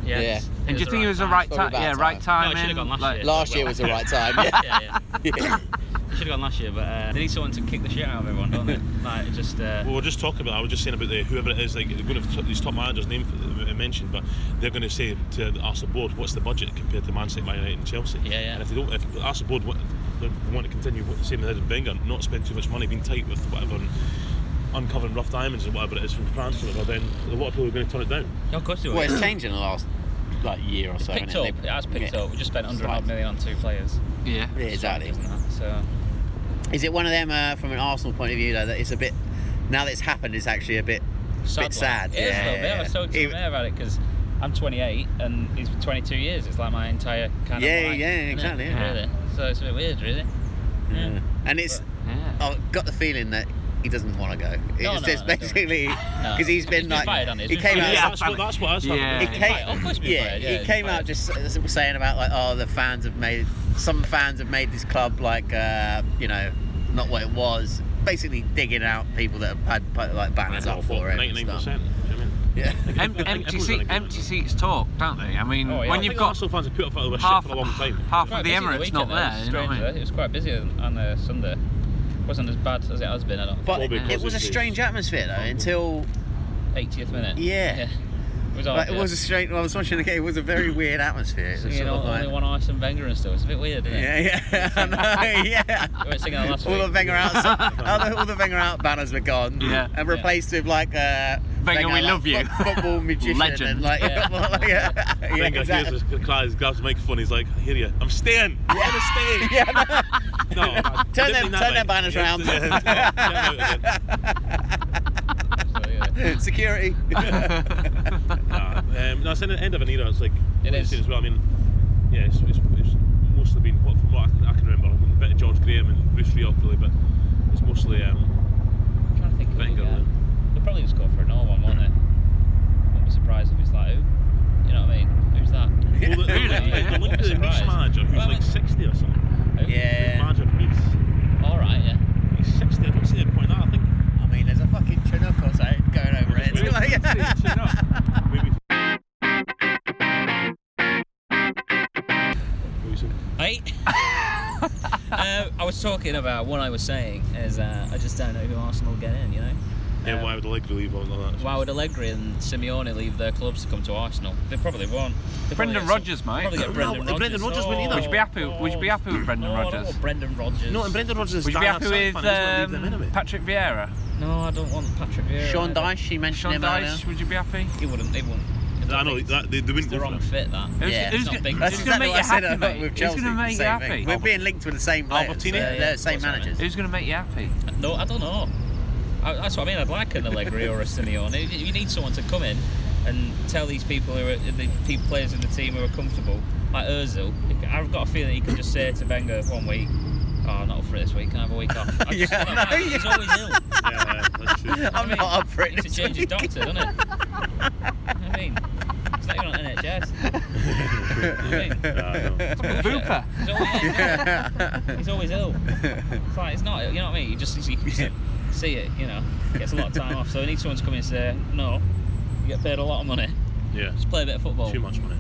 Speaker 2: Yeah.
Speaker 4: Yes.
Speaker 1: And do you think it was the
Speaker 4: time.
Speaker 1: right time?
Speaker 2: Probably about
Speaker 1: Yeah,
Speaker 2: time.
Speaker 1: right
Speaker 4: No,
Speaker 1: time.
Speaker 4: it should have gone last year.
Speaker 2: Last year was the right time.
Speaker 4: yeah, yeah. Should have gone last year, but uh, they need someone to kick the shit out of everyone, don't they? Like it just. Uh,
Speaker 3: Well, we're just talking about. I was just saying about the whoever it is, like they're going to have these top managers' name that I mentioned, but they're going to say to the Arsenal board, "What's the budget compared to Man City, Man United, and Chelsea?"
Speaker 4: Yeah, yeah.
Speaker 3: And if they don't, if the Arsenal board want, they want to continue what the same as Wenger, not spend too much money, being tight with whatever, and uncovering rough diamonds and whatever it is from France, or whatever, then a lot of people are going to turn it down.
Speaker 4: no, of course they were.
Speaker 2: well, it's changed in the last like year or so.
Speaker 4: picked
Speaker 2: hasn't
Speaker 4: up.
Speaker 2: it?
Speaker 4: It has picked
Speaker 2: Yeah.
Speaker 4: up. We just spent under a half
Speaker 2: Slides.
Speaker 4: million on two players.
Speaker 1: Yeah.
Speaker 2: Yeah, exactly.
Speaker 4: Isn't that? So.
Speaker 2: Is it one of them uh, from an Arsenal point of view though that it's a bit now that it's happened it's actually a bit
Speaker 4: Sad
Speaker 2: bit
Speaker 4: one.
Speaker 2: sad.
Speaker 4: It is a little bit. I was talking to
Speaker 2: Even-
Speaker 4: Mayor about it because I'm 28 and he's 22 years. It's like my entire kind
Speaker 2: Yeah,
Speaker 4: of life.
Speaker 2: yeah,
Speaker 4: isn't it?
Speaker 2: exactly, yeah.
Speaker 4: Really. So it's a bit weird, really. Yeah.
Speaker 2: Yeah. Mm. And it's
Speaker 1: Yeah.
Speaker 2: I got the feeling that he doesn't want to go. It's
Speaker 4: No, no,
Speaker 2: just
Speaker 4: no, don't.
Speaker 2: basically because he's
Speaker 4: He's
Speaker 2: been
Speaker 4: been
Speaker 2: like
Speaker 4: fired on it.
Speaker 2: he
Speaker 4: He's
Speaker 2: came
Speaker 4: been
Speaker 2: out.
Speaker 4: fired.
Speaker 3: that's what that's what has happened.
Speaker 1: Yeah.
Speaker 2: He
Speaker 1: He's
Speaker 2: came,
Speaker 1: been
Speaker 4: fired. Oh, Of course he's been
Speaker 2: yeah,
Speaker 4: fired,
Speaker 2: he
Speaker 4: yeah, he's
Speaker 2: came
Speaker 4: been
Speaker 2: out just s- s- saying about like, oh, the fans have made some fans have made this club like, uh, you know, not what it was. Basically, digging out people that have had put, like banners up for it. and
Speaker 3: Ninety-nine
Speaker 2: stuff.
Speaker 3: percent.
Speaker 2: Yeah.
Speaker 1: Em- empty, seat, empty seats talk, don't they? I mean,
Speaker 4: Oh, yeah.
Speaker 1: when
Speaker 4: I
Speaker 1: you've
Speaker 3: got
Speaker 1: got
Speaker 3: Arsenal fans have put up with this shit
Speaker 1: half,
Speaker 3: for a long time.
Speaker 1: half
Speaker 4: Quite
Speaker 1: of the
Speaker 4: busy
Speaker 1: Emirates
Speaker 4: weekend,
Speaker 1: not
Speaker 4: though,
Speaker 1: there, you know what I
Speaker 4: strange,
Speaker 1: mean?
Speaker 4: though. It was quite busy on on a Sunday. wasn't as bad as it has been. I don't.
Speaker 2: But
Speaker 3: Well, because
Speaker 2: it was a
Speaker 3: it's-
Speaker 2: strange atmosphere though until
Speaker 4: 80th minute.
Speaker 2: Yeah.
Speaker 4: It was.
Speaker 2: like,
Speaker 4: Like,
Speaker 2: it was a strange. I was watching the game. It was a very weird atmosphere. It was
Speaker 4: You
Speaker 2: sort
Speaker 4: know,
Speaker 2: of like-
Speaker 4: only one ice and Wenger and stuff. It's a bit weird, isn't it?
Speaker 2: Yeah, yeah, I know, yeah.
Speaker 4: We were singing that last
Speaker 2: All
Speaker 4: week.
Speaker 2: the Wenger out, all the, all the Wenger out banners were gone.
Speaker 1: Yeah.
Speaker 2: and replaced with like uh,
Speaker 1: Wenger, we
Speaker 2: like,
Speaker 1: love you.
Speaker 2: fo- Football magician
Speaker 1: Legend.
Speaker 2: and like
Speaker 4: Yeah.
Speaker 2: like, yeah, yeah,
Speaker 3: Wenger
Speaker 2: exactly.
Speaker 3: hears his cries, grabs the microphone, he's like, I hear you, I'm staying, I'm gonna stay.
Speaker 2: Yeah, I know.
Speaker 3: No, I
Speaker 2: Turn
Speaker 3: didn't
Speaker 2: them-
Speaker 3: mean that,
Speaker 2: turn
Speaker 3: mate.
Speaker 2: them banners
Speaker 3: Yeah,
Speaker 2: round.
Speaker 3: yeah, yeah, yeah, yeah.
Speaker 4: So, yeah.
Speaker 2: Security.
Speaker 3: Nah, um, no, it's in the end of an era. It's like
Speaker 4: It
Speaker 3: what you
Speaker 4: is.
Speaker 3: said as well. I mean, yeah, it's, it's, it's mostly been what from what I can, I can remember. A bit of George Graham and Bruce Rioch really, but it's mostly um,
Speaker 4: I'm trying to think. Of
Speaker 3: Wenger,
Speaker 4: Wenger.
Speaker 3: yeah.
Speaker 4: They'll probably just go for another one, won't they? Won't be surprised if it's like who? You know what I mean? Who's that?
Speaker 3: well, the,
Speaker 1: Really?
Speaker 3: the, the, the, the, the Nice
Speaker 4: Surprise.
Speaker 3: manager who's
Speaker 4: Well,
Speaker 3: like
Speaker 4: I-
Speaker 3: 60 or something.
Speaker 4: Who?
Speaker 3: The
Speaker 2: yeah.
Speaker 3: manager of Nice.
Speaker 4: All right. Yeah.
Speaker 3: He's 60. I don't see the point in that. I think.
Speaker 2: I mean, there's a fucking Chinook or something going over it. It's like-
Speaker 3: It's enough. Maybe. What you saying?
Speaker 4: Hey. uh, I was talking about what I was saying is uh, I just don't know who Arsenal get in. You know.
Speaker 3: Yeah,
Speaker 4: Um,
Speaker 3: why would I like to leave all that?
Speaker 4: Why would Allegri and Simeone leave their clubs to come to Arsenal? They probably won't. They
Speaker 1: Brendan
Speaker 4: probably get some-
Speaker 1: Rodgers, mate.
Speaker 4: Probably get Brendan
Speaker 3: No,
Speaker 4: Rodgers.
Speaker 3: Brendan Rodgers
Speaker 4: oh,
Speaker 3: wouldn't either.
Speaker 1: Would you be happy- would you be happy with Brendan
Speaker 4: no, I don't
Speaker 1: Rodgers?
Speaker 4: want Brendan Rodgers.
Speaker 3: No, and Brendan Rodgers is
Speaker 1: Would you be
Speaker 3: die-hard
Speaker 1: happy
Speaker 3: Sun
Speaker 1: with
Speaker 3: fan, he's gonna leave them
Speaker 1: um,
Speaker 3: anyway.
Speaker 1: Patrick Vieira?
Speaker 4: No, I don't want Patrick Vieira.
Speaker 2: Sean
Speaker 4: either.
Speaker 2: Dyche, you
Speaker 1: Sean
Speaker 2: mentioned him earlier.
Speaker 1: Dyche, would you be happy?
Speaker 4: He wouldn't. He wouldn't.
Speaker 3: I know that they, they
Speaker 4: It's
Speaker 3: wouldn't
Speaker 4: the
Speaker 3: go for
Speaker 4: wrong
Speaker 3: him.
Speaker 4: fit. That.
Speaker 1: Who's,
Speaker 2: Yeah,
Speaker 1: who's,
Speaker 4: it's not big.
Speaker 1: who's
Speaker 2: That's
Speaker 4: Who's
Speaker 1: gonna make
Speaker 2: exactly what
Speaker 1: you
Speaker 2: I said
Speaker 1: happy,
Speaker 2: about
Speaker 1: mate?
Speaker 2: with
Speaker 1: Who's
Speaker 2: Chelsea.
Speaker 1: gonna make you
Speaker 2: same thing.
Speaker 1: happy?
Speaker 2: We're being linked with the same players. They're,
Speaker 3: Albertini?
Speaker 2: they're the
Speaker 4: Yeah,
Speaker 2: same
Speaker 4: yeah, of course I am.
Speaker 2: managers.
Speaker 1: Who's gonna make you happy?
Speaker 4: No, I don't know. I, that's what I mean. I'd like an Allegri or a Simeone. You, you need someone to come in and tell these people who are the pe- players in the team who are comfortable. Like Özil, I've got a feeling he can just say to Wenger one week, "Oh, I'm not up for it this week. Can I have a week off?" I just,
Speaker 2: Yeah,
Speaker 4: like,
Speaker 2: no,
Speaker 4: he's
Speaker 2: yeah.
Speaker 4: always ill.
Speaker 3: Yeah, that's true.
Speaker 4: I
Speaker 2: I'm
Speaker 4: mean,
Speaker 2: not up for it.
Speaker 4: He needs
Speaker 2: this
Speaker 4: to change his
Speaker 2: week.
Speaker 4: doctor, doesn't it? I mean, it's not even on NHS.
Speaker 1: Booper.
Speaker 4: He's always, yeah, he's always ill. It's like it's not. You know what I mean? You just you, just see it, you know. Gets a lot of time off, so we need someone to come in and say, no, you get paid a lot of money.
Speaker 3: Yeah.
Speaker 4: Just play a bit of football.
Speaker 3: Too much money.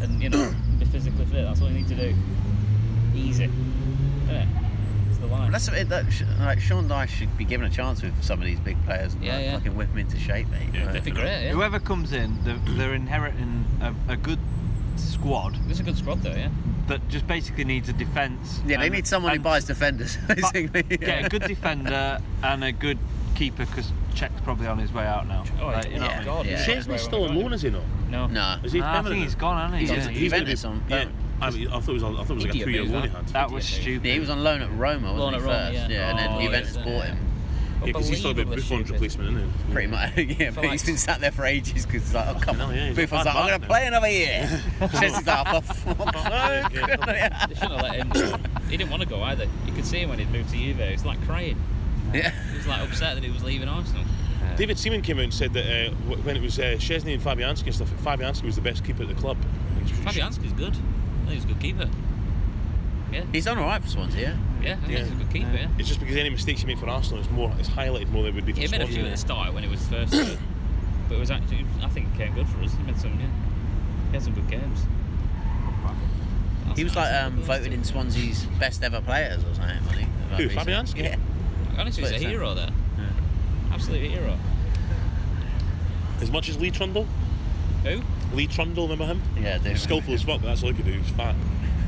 Speaker 4: And, you know, be physically fit. That's all you need to do. Easy. Isn't it? It's the line.
Speaker 2: That's it. That, sh- like Sean Dyche should be given a chance with some of these big players and
Speaker 4: Yeah,
Speaker 2: like,
Speaker 4: yeah.
Speaker 2: fucking whip them into shape, mate.
Speaker 3: Yeah,
Speaker 2: Like,
Speaker 4: That'd be
Speaker 3: definitely.
Speaker 4: great, yeah.
Speaker 1: Whoever comes in, they're, they're inheriting a, a good squad
Speaker 4: It's a good squad, though, yeah.
Speaker 1: that just basically needs a defence.
Speaker 2: yeah, they
Speaker 1: and-
Speaker 2: need someone who
Speaker 1: and
Speaker 2: buys defenders,
Speaker 1: But-
Speaker 2: basically.
Speaker 1: Get a Um, good defender and a good keeper because Czech's probably on his way out now.
Speaker 4: Oh,
Speaker 1: Like, you know
Speaker 2: yeah.
Speaker 1: what I mean?
Speaker 4: God.
Speaker 2: Yeah.
Speaker 3: Chesney's still on loan, is he not?
Speaker 4: No.
Speaker 2: Nah.
Speaker 3: Is he
Speaker 1: Nah, I
Speaker 3: permanent?
Speaker 1: think he's gone, hasn't he?
Speaker 2: He's-
Speaker 1: Yeah.
Speaker 2: he's-
Speaker 3: gonna be-
Speaker 2: Juventus on
Speaker 3: Yeah,
Speaker 2: loan.
Speaker 3: I, mean, I thought it was, I thought it was like a
Speaker 4: Idiot
Speaker 3: two-year
Speaker 4: move,
Speaker 3: loan he
Speaker 4: that.
Speaker 3: had.
Speaker 1: That was stupid.
Speaker 2: Yeah, he was on loan at Roma,
Speaker 4: Loan
Speaker 2: wasn't
Speaker 4: at
Speaker 2: he,
Speaker 4: Roma,
Speaker 2: first?
Speaker 4: yeah.
Speaker 2: and then
Speaker 4: Oh,
Speaker 2: Juventus
Speaker 4: yeah.
Speaker 2: bought him.
Speaker 3: yeah, because he's still a bit
Speaker 4: Unbelievably
Speaker 3: Buffon's
Speaker 4: stupid.
Speaker 3: replacement, isn't he?
Speaker 2: Pretty much, yeah.
Speaker 4: For
Speaker 2: But
Speaker 4: like-
Speaker 2: he's been sat there for ages because like, oh come
Speaker 3: hell,
Speaker 2: on.
Speaker 3: yeah, he's
Speaker 2: Buffon's
Speaker 3: like,
Speaker 2: like, I'm
Speaker 3: "Fuck
Speaker 2: gonna
Speaker 3: that
Speaker 2: play another year. Chelsea's like, "Oh, for fuck's
Speaker 3: Yeah.
Speaker 2: sake."
Speaker 4: They shouldn't have let him go. He didn't want to go either. You could see him when he'd moved to Juve. He was like crying.
Speaker 2: Yeah.
Speaker 4: He was like upset that he was leaving Arsenal.
Speaker 3: David Seaman came out and said that uh, wh- when it was uh, Chesney and Fabianski and stuff, Fabianski was the best keeper at the club.
Speaker 4: Fabianski's good. I think he's a good keeper.
Speaker 2: He's done alright for Swansea.
Speaker 4: Yeah, I think he's a
Speaker 3: Yeah.
Speaker 4: good keeper, yeah.
Speaker 3: It's just because any mistakes you make for Arsenal is more, it's highlighted more than it would be for
Speaker 4: He made a few
Speaker 3: Swansea.
Speaker 4: at the start when he was first, but but it was actually, I think it came good for us. He made some, yeah. He had some good games. That's
Speaker 2: He was
Speaker 4: nice.
Speaker 2: like um, voted in Swansea's best ever players or something. wasn't he? Like,
Speaker 3: Who,
Speaker 2: recently.
Speaker 3: Fabianski?
Speaker 2: Yeah.
Speaker 4: Honestly, he's a
Speaker 2: Yeah.
Speaker 4: hero there. Absolute hero.
Speaker 3: As much as Lee Trundle,
Speaker 4: Who?
Speaker 3: Lee Trundle, remember him?
Speaker 2: Yeah, dude.
Speaker 3: Skillful as fuck, but that's all he could do. He was fat,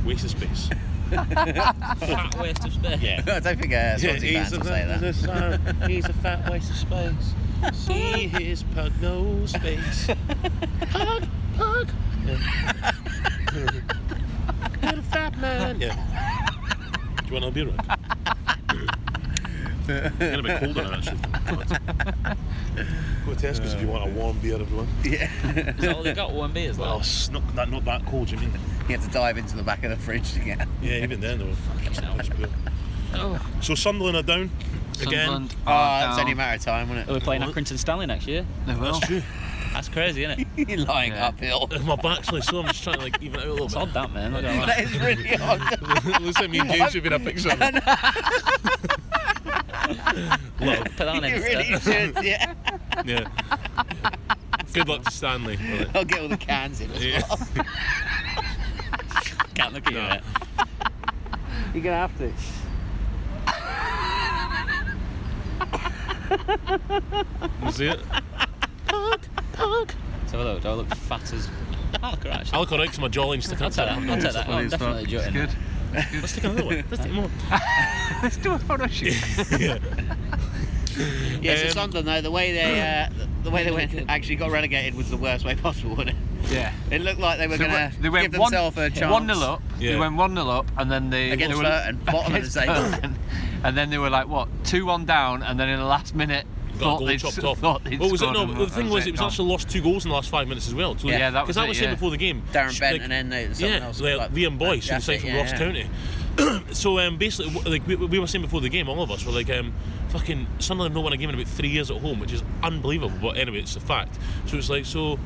Speaker 3: waste of space.
Speaker 4: Fat waste of space.
Speaker 3: Yeah.
Speaker 2: I don't think uh, Swansea fans will say that.
Speaker 3: he's a- he's a fat waste of space. See his pug nose face. Pug, pug. Little fat man. Yeah. Do you want a beer? Rod? it's getting a bit colder now, actually. God. Go to Tesco's if you want a warm beer, everyone.
Speaker 2: Yeah.
Speaker 4: Is that all he got? One beer as
Speaker 3: Well,
Speaker 4: well.
Speaker 3: it's not that, not that cold, you mean?
Speaker 2: you had to dive into the back of the fridge to
Speaker 1: Oh,
Speaker 2: get.
Speaker 3: Yeah, even then, though. Fucking hell, it's beer.
Speaker 4: Oh,
Speaker 3: So Sunderland are down again.
Speaker 1: Sunderland
Speaker 2: Oh,
Speaker 1: are
Speaker 2: it's only a
Speaker 1: down.
Speaker 2: matter of time, wasn't
Speaker 4: we're
Speaker 2: it?
Speaker 4: playing Accrington Stanley next year.
Speaker 1: They will.
Speaker 3: That's true.
Speaker 4: That's crazy, isn't it?
Speaker 2: Lying
Speaker 1: Yeah.
Speaker 2: uphill.
Speaker 3: My back's like so. I'm just trying to like even it out a little
Speaker 4: It's
Speaker 3: bit.
Speaker 4: odd that man. Not gonna
Speaker 2: that
Speaker 4: lie.
Speaker 2: is really odd.
Speaker 3: Looks like me and James should be in a picture. of it. Love.
Speaker 4: Put that on
Speaker 2: you
Speaker 1: uh,
Speaker 4: Insta.
Speaker 2: really should. Yeah.
Speaker 3: Yeah. Good luck to Stanley. with it.
Speaker 2: I'll get all the cans in as well.
Speaker 3: Yeah.
Speaker 4: Can't look at you.
Speaker 3: No.
Speaker 4: mate.
Speaker 2: You're gonna have to.
Speaker 3: You see it?
Speaker 4: Let's have a look. Do I look fat as? I look alright.
Speaker 3: I
Speaker 4: actually.
Speaker 3: look alright because my jawline sticking
Speaker 4: I'll
Speaker 3: out.
Speaker 4: take that. I'll take that.
Speaker 1: Funny
Speaker 4: I'm
Speaker 1: as fuck.
Speaker 4: definitely
Speaker 1: It's
Speaker 4: jutting.
Speaker 1: good.
Speaker 3: Let's take another one. Let's take more.
Speaker 1: Let's do a photo shoot.
Speaker 3: yeah.
Speaker 2: Yeah, so
Speaker 3: Um,
Speaker 2: Sunderland though, the way they uh, the way they went actually got relegated was the worst way possible, wasn't it?
Speaker 1: yeah.
Speaker 2: It looked like they were
Speaker 1: They
Speaker 2: gonna
Speaker 1: went- they went
Speaker 2: give
Speaker 1: one,
Speaker 2: themselves a chance.
Speaker 1: one nil up. They
Speaker 3: Yeah.
Speaker 1: went one nil up, and then they
Speaker 2: Against
Speaker 1: they
Speaker 2: Burton, bottom of
Speaker 1: against
Speaker 2: the table.
Speaker 1: Burton. and then they were like what two one down, and then in the last minute
Speaker 3: Got a
Speaker 1: thought
Speaker 3: goal
Speaker 1: they'd,
Speaker 3: chopped off.
Speaker 1: thought they'd
Speaker 3: What was it?
Speaker 1: scored
Speaker 3: No,
Speaker 1: and
Speaker 3: the thing
Speaker 1: that
Speaker 3: was, it was
Speaker 1: done.
Speaker 3: actually lost two goals in the last five minutes as well. too.
Speaker 1: Yeah, that was
Speaker 3: Because I
Speaker 1: it,
Speaker 3: was saying
Speaker 1: yeah.
Speaker 3: before the game.
Speaker 2: Darren
Speaker 3: sh-
Speaker 2: Bent and then they- someone
Speaker 3: yeah,
Speaker 2: else,
Speaker 3: like
Speaker 2: like-
Speaker 3: Liam Boyce, who
Speaker 2: that's
Speaker 3: was
Speaker 2: it,
Speaker 3: signed from
Speaker 2: yeah,
Speaker 3: Ross
Speaker 2: yeah.
Speaker 3: County. so um, basically, w- like we, we were saying before the game, all of us were like, um, fucking Sunderland not won a game in about three years at home, which is unbelievable. But anyway, it's a fact. So it's like so.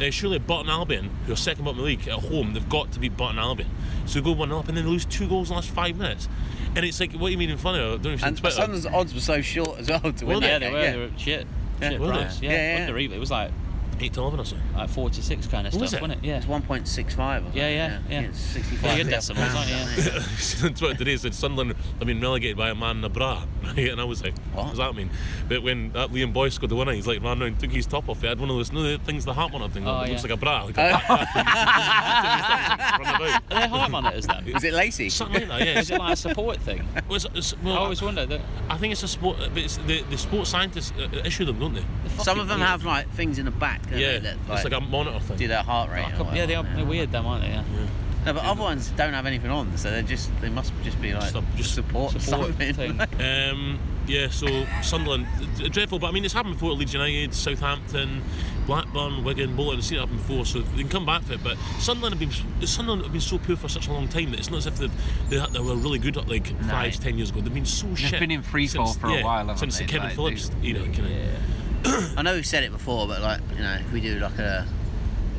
Speaker 3: Uh, surely Burton Albion, who are second bottom of the league at home, they've got to beat Burton Albion. So they go one up and then they lose two goals in the last five minutes. And it's like, what are you meaning funny? I don't know if you've seen
Speaker 2: And
Speaker 3: Twitter.
Speaker 2: Sunderland's odds were so short as well to win. that
Speaker 4: Yeah, they
Speaker 2: game,
Speaker 4: were.
Speaker 2: yeah.
Speaker 4: They were shit.
Speaker 2: Yeah.
Speaker 4: Shit
Speaker 3: Were they?
Speaker 4: price.
Speaker 2: Yeah,
Speaker 4: Yeah,
Speaker 2: yeah.
Speaker 4: under even. It was like
Speaker 3: Eight to eleven or so.
Speaker 4: like 46 kind of
Speaker 3: What
Speaker 4: stuff,
Speaker 3: was
Speaker 4: wasn't
Speaker 3: it?
Speaker 4: it? Yeah.
Speaker 2: It's 1.65. or
Speaker 4: Yeah, yeah,
Speaker 2: something,
Speaker 4: yeah.
Speaker 2: it's 65.
Speaker 4: Pretty good
Speaker 2: Yeah.
Speaker 4: decimals, aren't you?
Speaker 2: Yeah.
Speaker 3: on Twitter today it said Sunderland have been relegated by a man in a bra, right? And I was like, what,
Speaker 2: What?
Speaker 3: does that mean? But when that Liam Boyce scored the winner, he's like ran around and took his top off. He had one of those no, the things the hat one up thing
Speaker 4: Oh,
Speaker 3: that looks
Speaker 4: yeah.
Speaker 3: like a bra. Like a run
Speaker 4: Are
Speaker 3: about.
Speaker 4: they heart monitors then?
Speaker 2: Was it Lacey?
Speaker 3: Something like that, yeah.
Speaker 4: Is it like a support thing?
Speaker 3: Well, it's- it's-
Speaker 4: I
Speaker 3: well,
Speaker 4: always wonder that.
Speaker 3: I think it's a sport, but it's the, the sports scientists uh, issue them, don't they?
Speaker 2: Some of them have like things in the back. Don't
Speaker 3: Yeah,
Speaker 2: they, that,
Speaker 3: it's like a monitor thing.
Speaker 2: do their heart rate. or
Speaker 4: Yeah, they are
Speaker 2: whatever,
Speaker 4: they're weird, them, aren't they? Yeah.
Speaker 2: No, but other ones don't have anything on, so they just they must just be like
Speaker 3: Just a- just
Speaker 2: support,
Speaker 4: support
Speaker 2: something.
Speaker 4: thing.
Speaker 2: Like,
Speaker 3: Um, yeah, so Sunderland, d- dreadful. But I mean, it's happened before at Leeds United, Southampton, Blackburn, Wigan, Bolton. I've seen it happen before, so they can come back for it. But Sunderland have been Sunderland have been so poor for such a long time that it's not as if they've, they, they were really good at like five, ten years ago. They've been so shit.
Speaker 1: been in free
Speaker 3: since-
Speaker 1: fall for a
Speaker 3: yeah,
Speaker 1: while, haven't
Speaker 3: since
Speaker 1: they?
Speaker 3: the Kevin
Speaker 1: Like,
Speaker 3: Phillips era. Kind of,
Speaker 2: I know we've said it before, but like you know, if we do like a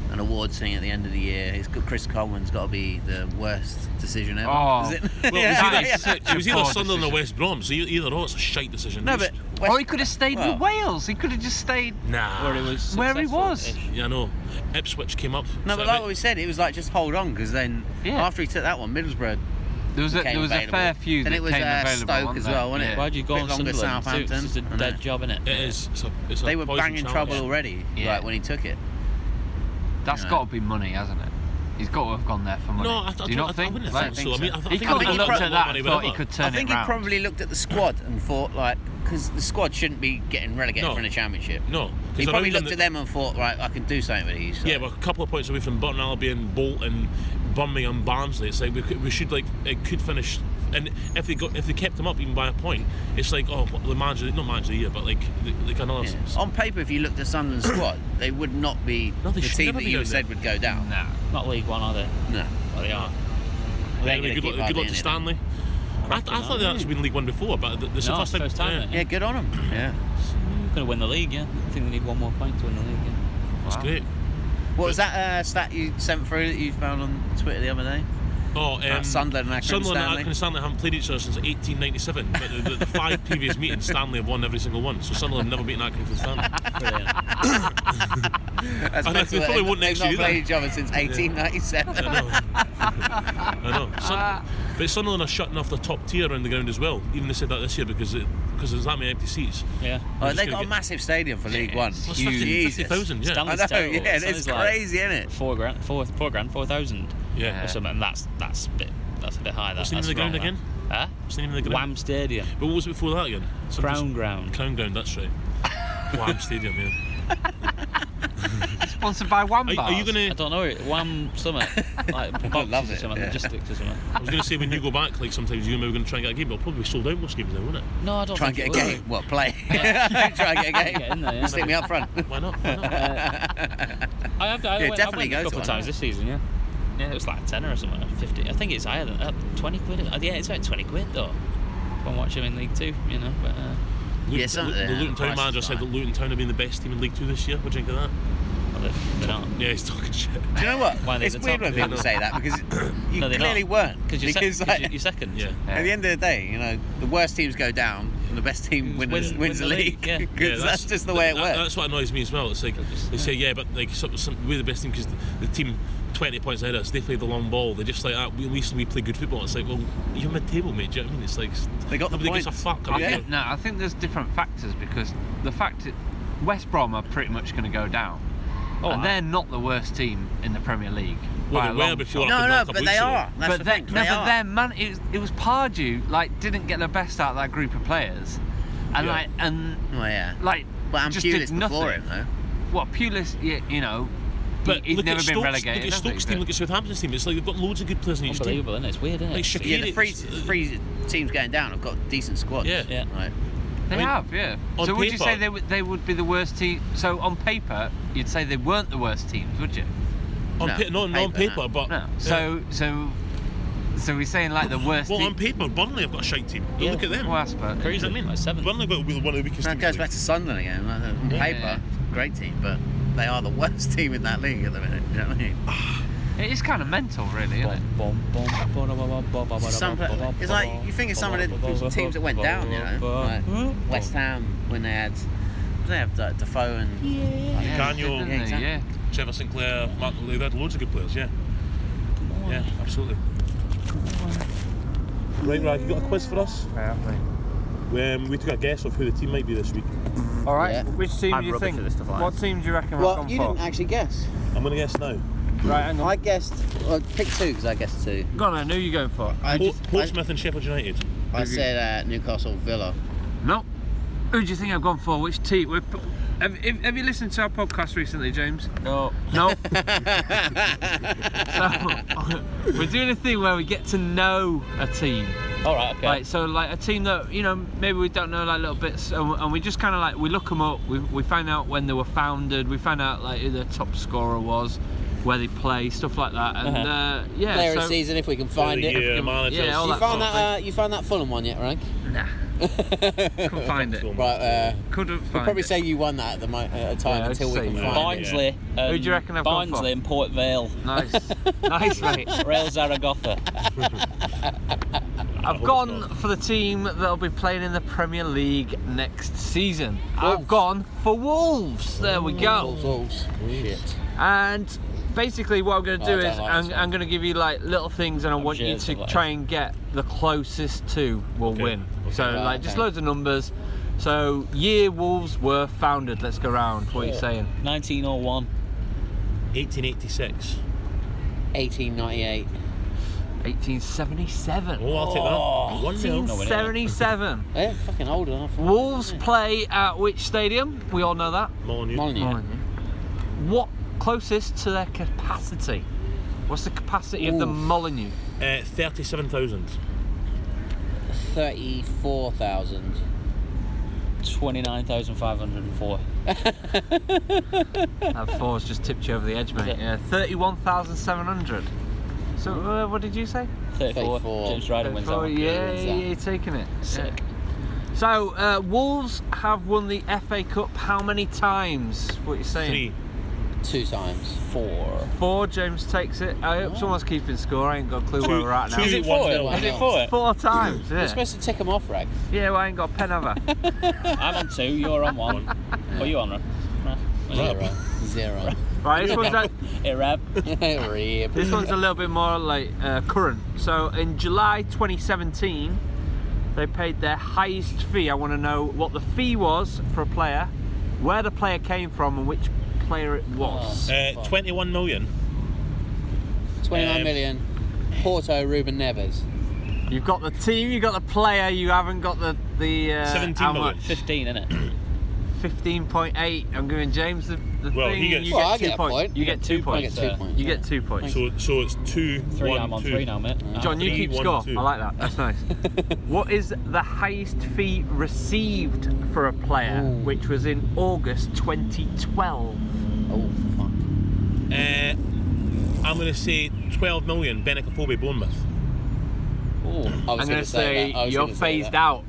Speaker 2: an award thing at the end of the year, it's got Chris Coleman's got to be the worst decision ever.
Speaker 1: Oh.
Speaker 2: is it?
Speaker 3: Well,
Speaker 2: Yeah,
Speaker 3: it was either,
Speaker 2: yeah.
Speaker 1: such
Speaker 3: it was
Speaker 1: a
Speaker 3: either
Speaker 1: poor
Speaker 3: Sunderland or
Speaker 1: decision.
Speaker 3: West Brom, so e- either or it's a shite decision.
Speaker 2: No,
Speaker 3: It's
Speaker 2: but West-
Speaker 1: Or he could have stayed
Speaker 2: well,
Speaker 1: with Wales. He could have just stayed.
Speaker 3: Nah.
Speaker 4: where he was.
Speaker 1: Where he
Speaker 4: successful.
Speaker 1: was.
Speaker 3: Yeah, I know. Ipswich came up.
Speaker 2: No, but
Speaker 3: so I
Speaker 2: like
Speaker 3: bet-
Speaker 2: what we said, it was like just hold on because then
Speaker 1: Yeah.
Speaker 2: after he took that one, Middlesbrough
Speaker 1: There was a,
Speaker 2: came
Speaker 1: there was a
Speaker 2: available.
Speaker 1: fair few
Speaker 2: Then
Speaker 1: that
Speaker 2: it was
Speaker 1: came
Speaker 2: uh,
Speaker 1: available.
Speaker 2: Stoke
Speaker 1: weren't
Speaker 2: as
Speaker 1: there?
Speaker 2: well, wasn't it?
Speaker 1: Yeah.
Speaker 4: Why'd you go
Speaker 2: Bit
Speaker 4: on
Speaker 2: longer
Speaker 4: Sunderland? It's a-
Speaker 2: Southampton.
Speaker 4: It's a
Speaker 2: I know.
Speaker 4: dead job, innit?
Speaker 3: It is. It's a, it's a
Speaker 2: They were
Speaker 3: poison
Speaker 2: banging
Speaker 3: challenge.
Speaker 2: trouble already,
Speaker 1: Yeah.
Speaker 2: like when he took it.
Speaker 1: That's
Speaker 2: Yeah.
Speaker 1: got to be money, hasn't it? He's got to have gone there for money.
Speaker 3: No, I, I,
Speaker 1: Do
Speaker 3: don't-
Speaker 1: you
Speaker 3: I,
Speaker 1: not think?
Speaker 3: I wouldn't
Speaker 2: I
Speaker 3: think
Speaker 2: don't
Speaker 3: so. I
Speaker 2: think
Speaker 3: mean,
Speaker 2: so.
Speaker 3: I, th-
Speaker 1: he
Speaker 2: think
Speaker 1: could have
Speaker 2: he
Speaker 1: looked
Speaker 2: probably
Speaker 1: at that and thought he could turn
Speaker 2: I think
Speaker 1: it
Speaker 2: he
Speaker 1: round.
Speaker 2: probably looked at the squad and thought like, because the squad shouldn't be getting relegated
Speaker 3: No.
Speaker 2: from the championship.
Speaker 3: No. 'cause
Speaker 2: He
Speaker 3: around
Speaker 2: probably
Speaker 3: them
Speaker 2: looked
Speaker 3: the-
Speaker 2: at them and thought, right, I can do something with these.
Speaker 3: Yeah, we're a couple of points away from Burton Albion, Bolton, Birmingham, Barnsley. It's like we could, we should like it could finish, and if they got if they kept them up even by a point, it's like oh the manager not manager of the year, but like the- like another.
Speaker 2: Yeah.
Speaker 1: Oh,
Speaker 3: s-
Speaker 2: On paper, if you looked at Sunderland's squad, they would not be
Speaker 3: No, they
Speaker 2: the
Speaker 3: should
Speaker 2: team
Speaker 3: never
Speaker 2: that
Speaker 3: be
Speaker 2: you
Speaker 3: down
Speaker 2: said
Speaker 3: there.
Speaker 2: would go down.
Speaker 1: Nah.
Speaker 4: Not League One, are they?
Speaker 2: No.
Speaker 4: Well, they are.
Speaker 2: They ain't
Speaker 3: Anyway,
Speaker 2: gonna keep
Speaker 3: good, luck, good
Speaker 2: Vardy
Speaker 3: luck
Speaker 2: in
Speaker 3: to
Speaker 2: it.
Speaker 3: Stanley. I, I thought they'd actually been in League One before, but th- this is
Speaker 4: No,
Speaker 3: the
Speaker 4: it's
Speaker 3: first time.
Speaker 4: first time,
Speaker 3: yeah,
Speaker 4: isn't
Speaker 2: Yeah, good on them. Yeah.
Speaker 4: Going to win the league, yeah. I think they need one more point to win the league. Yeah.
Speaker 3: it's
Speaker 1: Wow.
Speaker 3: great.
Speaker 2: What was that uh, stat you sent through that you found on Twitter the other day?
Speaker 3: Oh, um,
Speaker 2: Sunderland and Accrington
Speaker 3: Sunderland and
Speaker 2: Stanley.
Speaker 3: Accrington Stanley haven't played each other since 1897, but the, the, the five previous meetings, Stanley have won every single one. So Sunderland have never beaten Accrington Stanley.
Speaker 4: Brilliant.
Speaker 2: That's
Speaker 3: I know,
Speaker 2: mental,
Speaker 3: they probably
Speaker 2: they've-
Speaker 3: won't
Speaker 2: they've
Speaker 3: next
Speaker 2: not
Speaker 3: year
Speaker 2: played
Speaker 3: either.
Speaker 2: each other since 1897.
Speaker 3: I know. I know. Sun- but Sunderland are shutting off the top tier around the ground as well. Even they said that this year because it, because there's that many empty seats.
Speaker 4: Yeah.
Speaker 2: Oh,
Speaker 3: We're just
Speaker 2: they
Speaker 3: gonna
Speaker 2: got a
Speaker 3: get-
Speaker 2: massive stadium for League One.
Speaker 3: Well, it's
Speaker 2: Huge.
Speaker 3: 50
Speaker 2: Jesus.
Speaker 3: 50,000, yeah.
Speaker 4: Stanley-
Speaker 2: I
Speaker 4: It's
Speaker 2: know,
Speaker 4: terrible.
Speaker 2: yeah,
Speaker 4: It
Speaker 2: it's
Speaker 4: sounds like-
Speaker 2: crazy, isn't it?
Speaker 4: Four grand, four, four grand, four thousand
Speaker 3: yeah.
Speaker 4: or something. That's that's a bit that's a bit high. That,
Speaker 3: What's the name
Speaker 4: that's
Speaker 3: of the
Speaker 4: wrong,
Speaker 3: ground
Speaker 4: that. Huh?
Speaker 3: What's the name of the ground?
Speaker 4: Wham Stadium,
Speaker 3: But what was it before that again? Some-
Speaker 4: Crown Ground.
Speaker 3: Crown Ground, that's right. Wham Stadium, yeah.
Speaker 1: Sponsored by Wamba.
Speaker 3: Are, are you
Speaker 4: I
Speaker 3: going to.
Speaker 4: don't know Wham Summit, like boxes
Speaker 2: love
Speaker 4: or
Speaker 2: it,
Speaker 4: something,
Speaker 2: yeah.
Speaker 4: logistics or something.
Speaker 3: I was going to say when you go back, like sometimes you're maybe going to try and get a game, but it'll probably be sold out most games now, won't it?
Speaker 4: No, I don't.
Speaker 2: Try and get a
Speaker 4: think it
Speaker 2: game.
Speaker 4: will.
Speaker 2: What, play? Try and get a
Speaker 4: Get in
Speaker 2: game.
Speaker 4: there, yeah.
Speaker 2: Stick me up front.
Speaker 3: Why not? Why not?
Speaker 4: I have.
Speaker 2: Yeah,
Speaker 4: I went,
Speaker 2: definitely
Speaker 4: I
Speaker 2: go
Speaker 4: went
Speaker 2: to
Speaker 4: a couple
Speaker 2: one,
Speaker 4: of times
Speaker 2: yeah.
Speaker 4: this season. Yeah. Yeah, it was like a tenner or something. or Fifty. I think it's higher than that. Twenty quid. uh, Yeah, it's about twenty quid though. Go and watch him in League Two. You know, but uh,
Speaker 3: Luton,
Speaker 2: Yeah, something-
Speaker 3: the
Speaker 2: yeah,
Speaker 3: Luton
Speaker 2: the
Speaker 3: Town
Speaker 2: price
Speaker 3: manager
Speaker 2: is
Speaker 3: said that
Speaker 2: high.
Speaker 3: Luton Town have been the best team in League Two this year. What do you think of that?
Speaker 4: well, they're, they're not.
Speaker 3: Yeah, he's talking shit.
Speaker 2: Do you know what?
Speaker 4: Why are they
Speaker 2: it's
Speaker 4: the
Speaker 2: weird
Speaker 4: top?
Speaker 2: when
Speaker 4: Yeah,
Speaker 2: people
Speaker 3: no.
Speaker 2: say that because you
Speaker 4: No, they're
Speaker 2: clearly
Speaker 4: not.
Speaker 2: weren't.
Speaker 4: Because you're, sec-
Speaker 2: because,
Speaker 4: 'cause
Speaker 2: like,
Speaker 4: you're, you're second.
Speaker 3: Yeah.
Speaker 2: at the end of the day, you know, the worst teams go down and the best team wins,
Speaker 4: wins-
Speaker 2: wins,
Speaker 4: win
Speaker 2: the
Speaker 4: the
Speaker 2: league.
Speaker 4: league, yeah.
Speaker 2: 'Cause that's, just the way it
Speaker 3: that-
Speaker 2: works.
Speaker 3: That's what annoys me as well. It's like they say, yeah, but like some, some, we're the best team because the, the team 20 points ahead of us, they play the long ball. They're just like, ah, we, we, we play good football. It's like, well, you're mid table, mate. Do you know what I mean? It's like,
Speaker 2: They got the
Speaker 3: nobody gives a
Speaker 2: points.
Speaker 3: fuck.
Speaker 1: I
Speaker 3: about
Speaker 2: Yeah.
Speaker 3: you.
Speaker 1: think, no, I think there's different factors because the fact that West Brom are pretty much going to go down,
Speaker 4: Oh,
Speaker 1: and
Speaker 4: I-
Speaker 1: they're not the worst team in the Premier League. by
Speaker 3: Well, they
Speaker 1: a
Speaker 3: were
Speaker 1: long
Speaker 3: before
Speaker 1: shot.
Speaker 3: I
Speaker 2: no,
Speaker 3: think
Speaker 2: no,
Speaker 3: that's a
Speaker 2: but
Speaker 3: blue
Speaker 2: they
Speaker 3: seal.
Speaker 2: are. That's
Speaker 1: but
Speaker 2: the
Speaker 1: then,
Speaker 2: thing.
Speaker 1: no,
Speaker 2: they
Speaker 1: but
Speaker 2: are.
Speaker 1: their man, it was, it was Pardew like didn't get the best out of that group of players, and
Speaker 3: Yeah.
Speaker 1: like and
Speaker 2: Well, yeah.
Speaker 1: like
Speaker 2: But I'm
Speaker 1: just
Speaker 2: Pulis
Speaker 1: did nothing.
Speaker 2: before him, though.
Speaker 1: What Pulis? You, you know,
Speaker 3: But
Speaker 1: he, he's
Speaker 3: look
Speaker 1: never
Speaker 3: at
Speaker 1: been
Speaker 3: Stokes,
Speaker 1: relegated.
Speaker 3: look
Speaker 1: has
Speaker 3: at
Speaker 1: he?
Speaker 3: Stokes' team,
Speaker 1: But-
Speaker 3: look at Southampton's team. It's like they've got loads of good players in each team.
Speaker 4: Unbelievable, isn't it? It's weird, isn't it?
Speaker 3: Like
Speaker 4: It's-
Speaker 3: Shakir-
Speaker 2: Yeah, the
Speaker 3: It's-
Speaker 2: three, three teams going down have got decent squads.
Speaker 3: Yeah.
Speaker 4: Yeah.
Speaker 2: Right.
Speaker 1: They
Speaker 3: I mean,
Speaker 1: have, yeah. So
Speaker 3: on
Speaker 1: would you
Speaker 3: paper-
Speaker 1: say they would they would be the worst team? So on paper, you'd say they weren't the worst teams, would you?
Speaker 3: On
Speaker 2: No,
Speaker 3: pa- no, not on
Speaker 2: paper, no.
Speaker 3: paper, but.
Speaker 1: No.
Speaker 3: Oh, yeah.
Speaker 1: So so so we're saying like the worst.
Speaker 3: Well,
Speaker 1: team.
Speaker 3: on paper, Burnley have got a shite team. Don't
Speaker 4: Yeah.
Speaker 3: Look at them.
Speaker 1: Well, I suppose.
Speaker 4: Crazy.
Speaker 3: Do you know what I mean?
Speaker 4: Like seventh.
Speaker 3: Burnley have got to be one of the weakest
Speaker 2: That
Speaker 3: teams.
Speaker 2: goes
Speaker 3: in the
Speaker 2: back to Sunderland again. Like, on
Speaker 1: Yeah.
Speaker 2: paper, great team, but they are the worst team in that league at the minute. Do you know what I mean?
Speaker 1: It is kind of mental, really, isn't it?
Speaker 2: Some, it's like you think of some of the teams that went down, you know, like West Ham when they had they have like Defoe and
Speaker 1: Yeah, they did,
Speaker 3: Gagno.
Speaker 1: didn't
Speaker 2: Yeah,
Speaker 1: they?
Speaker 2: exactly.
Speaker 1: Yeah.
Speaker 3: league. Trevor Sinclair, Mark Lee, they had loads of good players, yeah. Yeah, absolutely. Right, Rag, you got a quiz for us? Um, we took a guess of who the team might be this week.
Speaker 1: All right.
Speaker 2: Yeah.
Speaker 1: Which team
Speaker 4: I'm
Speaker 1: do you
Speaker 4: rubbish
Speaker 1: think?
Speaker 4: at this stuff like
Speaker 1: What
Speaker 4: this.
Speaker 1: team do you reckon we're
Speaker 2: Well,
Speaker 1: going
Speaker 2: you
Speaker 1: for?
Speaker 2: didn't actually guess.
Speaker 3: I'm going to guess now.
Speaker 1: Right, hang on.
Speaker 2: I guessed. Well, pick two because I guessed two.
Speaker 1: Go on, then, who are you going for?
Speaker 2: I,
Speaker 3: Port-
Speaker 2: just, I,
Speaker 3: Portsmouth and Sheffield United.
Speaker 2: I said uh, Newcastle Villa.
Speaker 1: No. Who do you think I've gone for? Which team? We're, have, have, have you listened to our podcast recently, James?
Speaker 4: No.
Speaker 1: No. so, we're doing a thing where we get to know a team.
Speaker 4: All right. Okay.
Speaker 1: Like so, like a team that you know maybe we don't know like little bits, and, and we just kind of like we look them up. We, we find out when they were founded. We find out like who their top scorer was, where they play, stuff like that. And
Speaker 4: Uh-huh.
Speaker 1: uh, yeah,
Speaker 2: Player
Speaker 1: so,
Speaker 2: of season if we can
Speaker 3: Player of
Speaker 2: find
Speaker 3: the
Speaker 2: it.
Speaker 3: year, managers.
Speaker 1: yeah, all
Speaker 2: You
Speaker 1: that
Speaker 2: found
Speaker 1: sort of
Speaker 2: that? Uh, you found that Fulham one yet, Rank?
Speaker 1: Nah, couldn't find it.
Speaker 2: Right. Uh,
Speaker 1: Couldn't find
Speaker 2: we'll probably
Speaker 1: it.
Speaker 2: say you won that at the mo- uh, at a time
Speaker 1: Yeah, I'd
Speaker 2: until we
Speaker 1: say
Speaker 2: can
Speaker 1: you
Speaker 2: find
Speaker 1: won.
Speaker 2: it.
Speaker 4: Barnsley. Um,
Speaker 1: Who do you reckon I've gone for?
Speaker 4: Barnsley and Port Vale.
Speaker 1: nice, nice, mate.
Speaker 4: Real Zaragoza.
Speaker 1: I've
Speaker 3: hope
Speaker 1: gone
Speaker 3: not.
Speaker 1: for the team that'll be playing in the Premier League next season. I've gone for Wolves. There we go.
Speaker 2: Shit.
Speaker 1: And basically, what I'm going to
Speaker 2: Oh, I
Speaker 1: do
Speaker 2: don't
Speaker 1: is
Speaker 2: like
Speaker 1: I'm,
Speaker 2: this
Speaker 1: I'm going to give you like little things, and I want you
Speaker 4: jealous
Speaker 1: to
Speaker 4: of that.
Speaker 1: try and get the closest to will
Speaker 3: Okay.
Speaker 1: win.
Speaker 3: Okay.
Speaker 1: So
Speaker 2: Right,
Speaker 1: like just
Speaker 2: okay.
Speaker 1: loads of numbers. So year Wolves were founded. Let's go round. What are you saying?
Speaker 4: 1901.
Speaker 3: 1886.
Speaker 2: 1898.
Speaker 1: 1877.
Speaker 3: Oh, I'll take that. One nil.
Speaker 1: 1877.
Speaker 2: Yeah, fucking old enough.
Speaker 1: Wolves play at which stadium? We all know that.
Speaker 3: Molyneux.
Speaker 2: Molyneux.
Speaker 1: What closest to their capacity? What's the capacity of the
Speaker 2: Oof.
Speaker 1: Molyneux?
Speaker 3: Uh, 37,000.
Speaker 2: 34,000.
Speaker 4: 29,504.
Speaker 1: That four's just tipped you over the edge, mate. Yeah, thirty-one thousand seven hundred. So uh, what did you say?
Speaker 4: 34.
Speaker 2: 34.
Speaker 4: James Ryder wins that
Speaker 1: Thirty-four.
Speaker 4: one.
Speaker 1: yeah,
Speaker 2: wins
Speaker 1: yeah,
Speaker 2: that.
Speaker 1: you're taking it. Yeah.
Speaker 4: Sick.
Speaker 1: So uh, Wolves have won the FA Cup how many times? What are you saying?
Speaker 3: Three.
Speaker 2: Two times.
Speaker 4: Four.
Speaker 1: Four. James takes it. I hope someone's keeping score. I ain't got a clue where
Speaker 3: Two-
Speaker 1: we're at now.
Speaker 3: two-
Speaker 4: Is it
Speaker 3: One
Speaker 4: four?
Speaker 3: nil.
Speaker 4: Is it four?
Speaker 1: Four times.
Speaker 2: You're
Speaker 1: Yeah.
Speaker 2: supposed to tick them off, Rag.
Speaker 1: Yeah, well, I ain't got a pen have I?
Speaker 4: I'm on two, you're on one. What are you on, Rob?
Speaker 2: Zero. Zero.
Speaker 1: Right. This one's like,
Speaker 4: Hey, Rob.
Speaker 2: Rip.
Speaker 1: This one's a little bit more like uh, current. So in July 2017, they paid their highest fee. I want to know what the fee was for a player, where the player came from, and which player it was.
Speaker 3: Uh, 21 million.
Speaker 2: 29
Speaker 3: Um,
Speaker 2: million. Porto, Ruben Neves.
Speaker 1: You've got the team, you've got the player, you haven't got the the uh,
Speaker 3: 17
Speaker 1: how
Speaker 3: million.
Speaker 1: much?
Speaker 4: 15, innit?
Speaker 1: 15.8 I'm giving James the, the
Speaker 3: Well,
Speaker 1: thing.
Speaker 3: he gets-
Speaker 1: you
Speaker 2: Well, I
Speaker 1: get two
Speaker 2: get a
Speaker 1: points.
Speaker 2: point.
Speaker 1: You get two
Speaker 2: I
Speaker 1: points.
Speaker 2: get
Speaker 4: points,
Speaker 2: two
Speaker 4: uh,
Speaker 2: points.
Speaker 1: You
Speaker 2: yeah.
Speaker 1: get two points.
Speaker 3: So so it's two,
Speaker 4: Three,
Speaker 3: one,
Speaker 4: I'm on
Speaker 3: two.
Speaker 4: three now, mate. Uh,
Speaker 1: John, you
Speaker 3: Three,
Speaker 1: keep
Speaker 3: one,
Speaker 1: score.
Speaker 3: two.
Speaker 1: I like that. That's nice. what is the highest fee received for a player,
Speaker 2: Ooh.
Speaker 1: which was in August 2012?
Speaker 2: Oh, fuck.
Speaker 3: Uh, I'm going to say 12 million. Benicophobe, Bournemouth.
Speaker 4: Oh,
Speaker 2: I was
Speaker 1: I'm
Speaker 2: gonna
Speaker 1: going to say,
Speaker 2: that. I was
Speaker 1: you're
Speaker 2: gonna say
Speaker 1: phased
Speaker 2: that.
Speaker 1: out.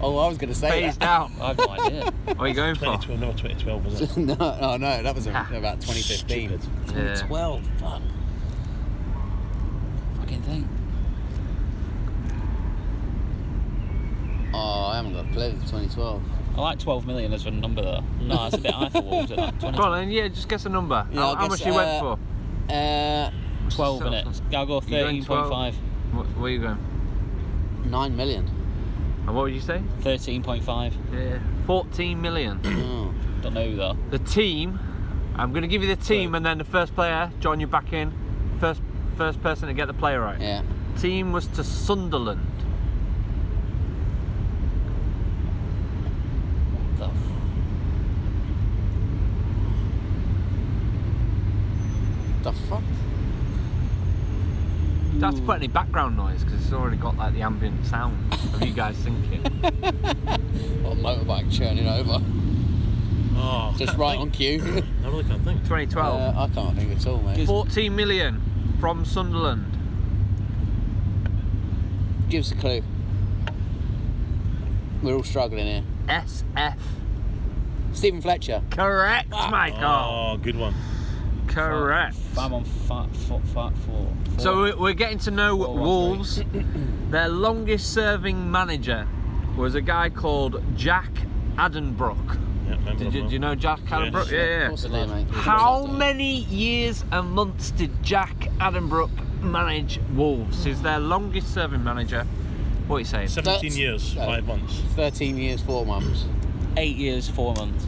Speaker 2: Oh, I was going to say
Speaker 1: Phased
Speaker 2: that.
Speaker 1: out.
Speaker 4: I've no idea.
Speaker 1: What are you going for?
Speaker 3: 2012, no, 2012 was it?
Speaker 2: no, no, no, that was a,
Speaker 1: Ha.
Speaker 2: about 2015.
Speaker 3: Stupid.
Speaker 1: Yeah.
Speaker 2: 12, fuck.
Speaker 4: Fucking thing.
Speaker 2: Oh, I haven't got a clue. 2012.
Speaker 4: I like 12 million as a number, though. No, that's a bit high for Wolves, isn't it? 20,
Speaker 1: Go on, then. Yeah, just guess a number.
Speaker 2: Yeah,
Speaker 1: how
Speaker 2: I'll
Speaker 1: how
Speaker 2: guess,
Speaker 1: much you went
Speaker 2: uh,
Speaker 1: for?
Speaker 2: Uh,
Speaker 4: 12, innit? I'll go
Speaker 1: You're going
Speaker 4: 13.5.
Speaker 1: What, where are you going?
Speaker 2: 9 million.
Speaker 1: And what would you say?
Speaker 4: 13.5.
Speaker 1: Yeah. 14 million.
Speaker 2: Oh.
Speaker 4: Don't know, though.
Speaker 1: the team. I'm going to give you the team and then the first player. John, you're back in. First, first person to get the player right.
Speaker 2: Yeah.
Speaker 1: Team was to Sunderland.
Speaker 4: The f-
Speaker 2: The fuck?
Speaker 1: Do I have to put any background noise because it's already got like the ambient sound of you guys thinking.
Speaker 2: What a motorbike churning over.
Speaker 3: Oh, I
Speaker 2: Just
Speaker 3: can't
Speaker 2: right
Speaker 3: think.
Speaker 2: on cue.
Speaker 3: I really can't think.
Speaker 1: 2012.
Speaker 2: uh, I can't think at all, mate.
Speaker 1: 14 million from Sunderland.
Speaker 2: Give us a clue. We're all struggling here.
Speaker 1: SF.
Speaker 2: Stephen Fletcher.
Speaker 1: Correct,
Speaker 2: Ah.
Speaker 1: Michael.
Speaker 3: Oh, good one.
Speaker 1: Correct.
Speaker 4: I'm on fat, fat, fat four. four.
Speaker 1: So we're- we're getting to know
Speaker 4: Four, one,
Speaker 1: Wolves. Their longest serving manager was a guy called Jack Addenbrook.
Speaker 3: Yeah, remember
Speaker 1: Did you, do you know Jack Addenbrook?
Speaker 2: Of
Speaker 1: Yeah,
Speaker 2: course I
Speaker 1: yeah.
Speaker 2: do, mate. Of course
Speaker 1: How
Speaker 2: I do.
Speaker 1: many years and months did Jack Addenbrook manage Wolves? He's their longest serving manager. What are you saying?
Speaker 3: 17 years,
Speaker 2: no.
Speaker 3: five months.
Speaker 2: 13 years, 4 months.
Speaker 4: Eight years, four months.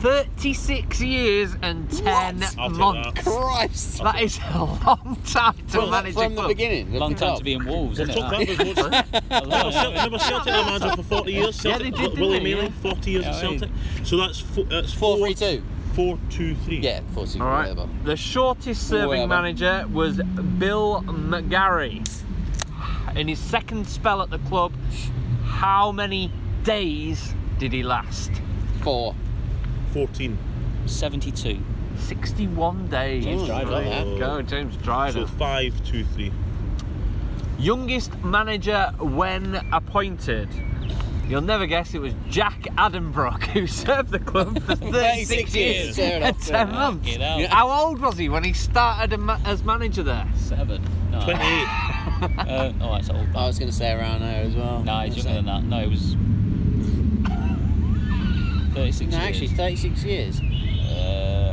Speaker 1: 36 years and 10
Speaker 3: I'll take
Speaker 1: months.
Speaker 2: Christ!
Speaker 1: That is a long time to
Speaker 2: From,
Speaker 1: manage
Speaker 2: from
Speaker 1: a
Speaker 2: the
Speaker 1: club.
Speaker 2: beginning.
Speaker 4: Long
Speaker 2: the
Speaker 4: time
Speaker 2: club.
Speaker 4: to be in Wolves,
Speaker 3: Well,
Speaker 4: isn't
Speaker 3: Tom
Speaker 4: it?
Speaker 3: Clancy's was- Remember Celtic- remember Celtic were manager for 40 years?
Speaker 1: Yeah, they
Speaker 3: Celtic,
Speaker 1: did, didn't
Speaker 3: Willie
Speaker 1: they?
Speaker 3: Mealy,
Speaker 1: Yeah.
Speaker 3: 40 years at
Speaker 4: Yeah, I mean-
Speaker 3: Celtic. So that's, four, that's
Speaker 2: Four,
Speaker 3: four,
Speaker 2: three, two.
Speaker 3: four, two, three.
Speaker 2: Yeah, four, two,
Speaker 1: All right.
Speaker 2: whatever.
Speaker 1: The shortest serving
Speaker 2: Whatever.
Speaker 1: manager was Bill McGarry. In his second spell at the club, how many days did he last?
Speaker 2: Four.
Speaker 3: 14.
Speaker 4: 72.
Speaker 1: 61 days.
Speaker 4: James
Speaker 1: There
Speaker 4: Dryden.
Speaker 1: you Go, James Dryden.
Speaker 3: So five, two, three.
Speaker 1: Youngest manager when appointed. You'll never guess it was Jack Addenbrook who served the club for 36
Speaker 2: 36
Speaker 1: years
Speaker 2: years.
Speaker 1: and 10 months.
Speaker 4: Fucking hell.
Speaker 1: How old was he when he started a ma- as manager there?
Speaker 4: Seven. No.
Speaker 3: 28.
Speaker 4: Uh, oh, that's old.
Speaker 2: I was going to say around there as well.
Speaker 4: No, he's
Speaker 2: What's
Speaker 4: younger
Speaker 2: that?
Speaker 4: than that. No, it was 36
Speaker 2: No,
Speaker 4: years.
Speaker 2: actually, 36 years.
Speaker 4: uh,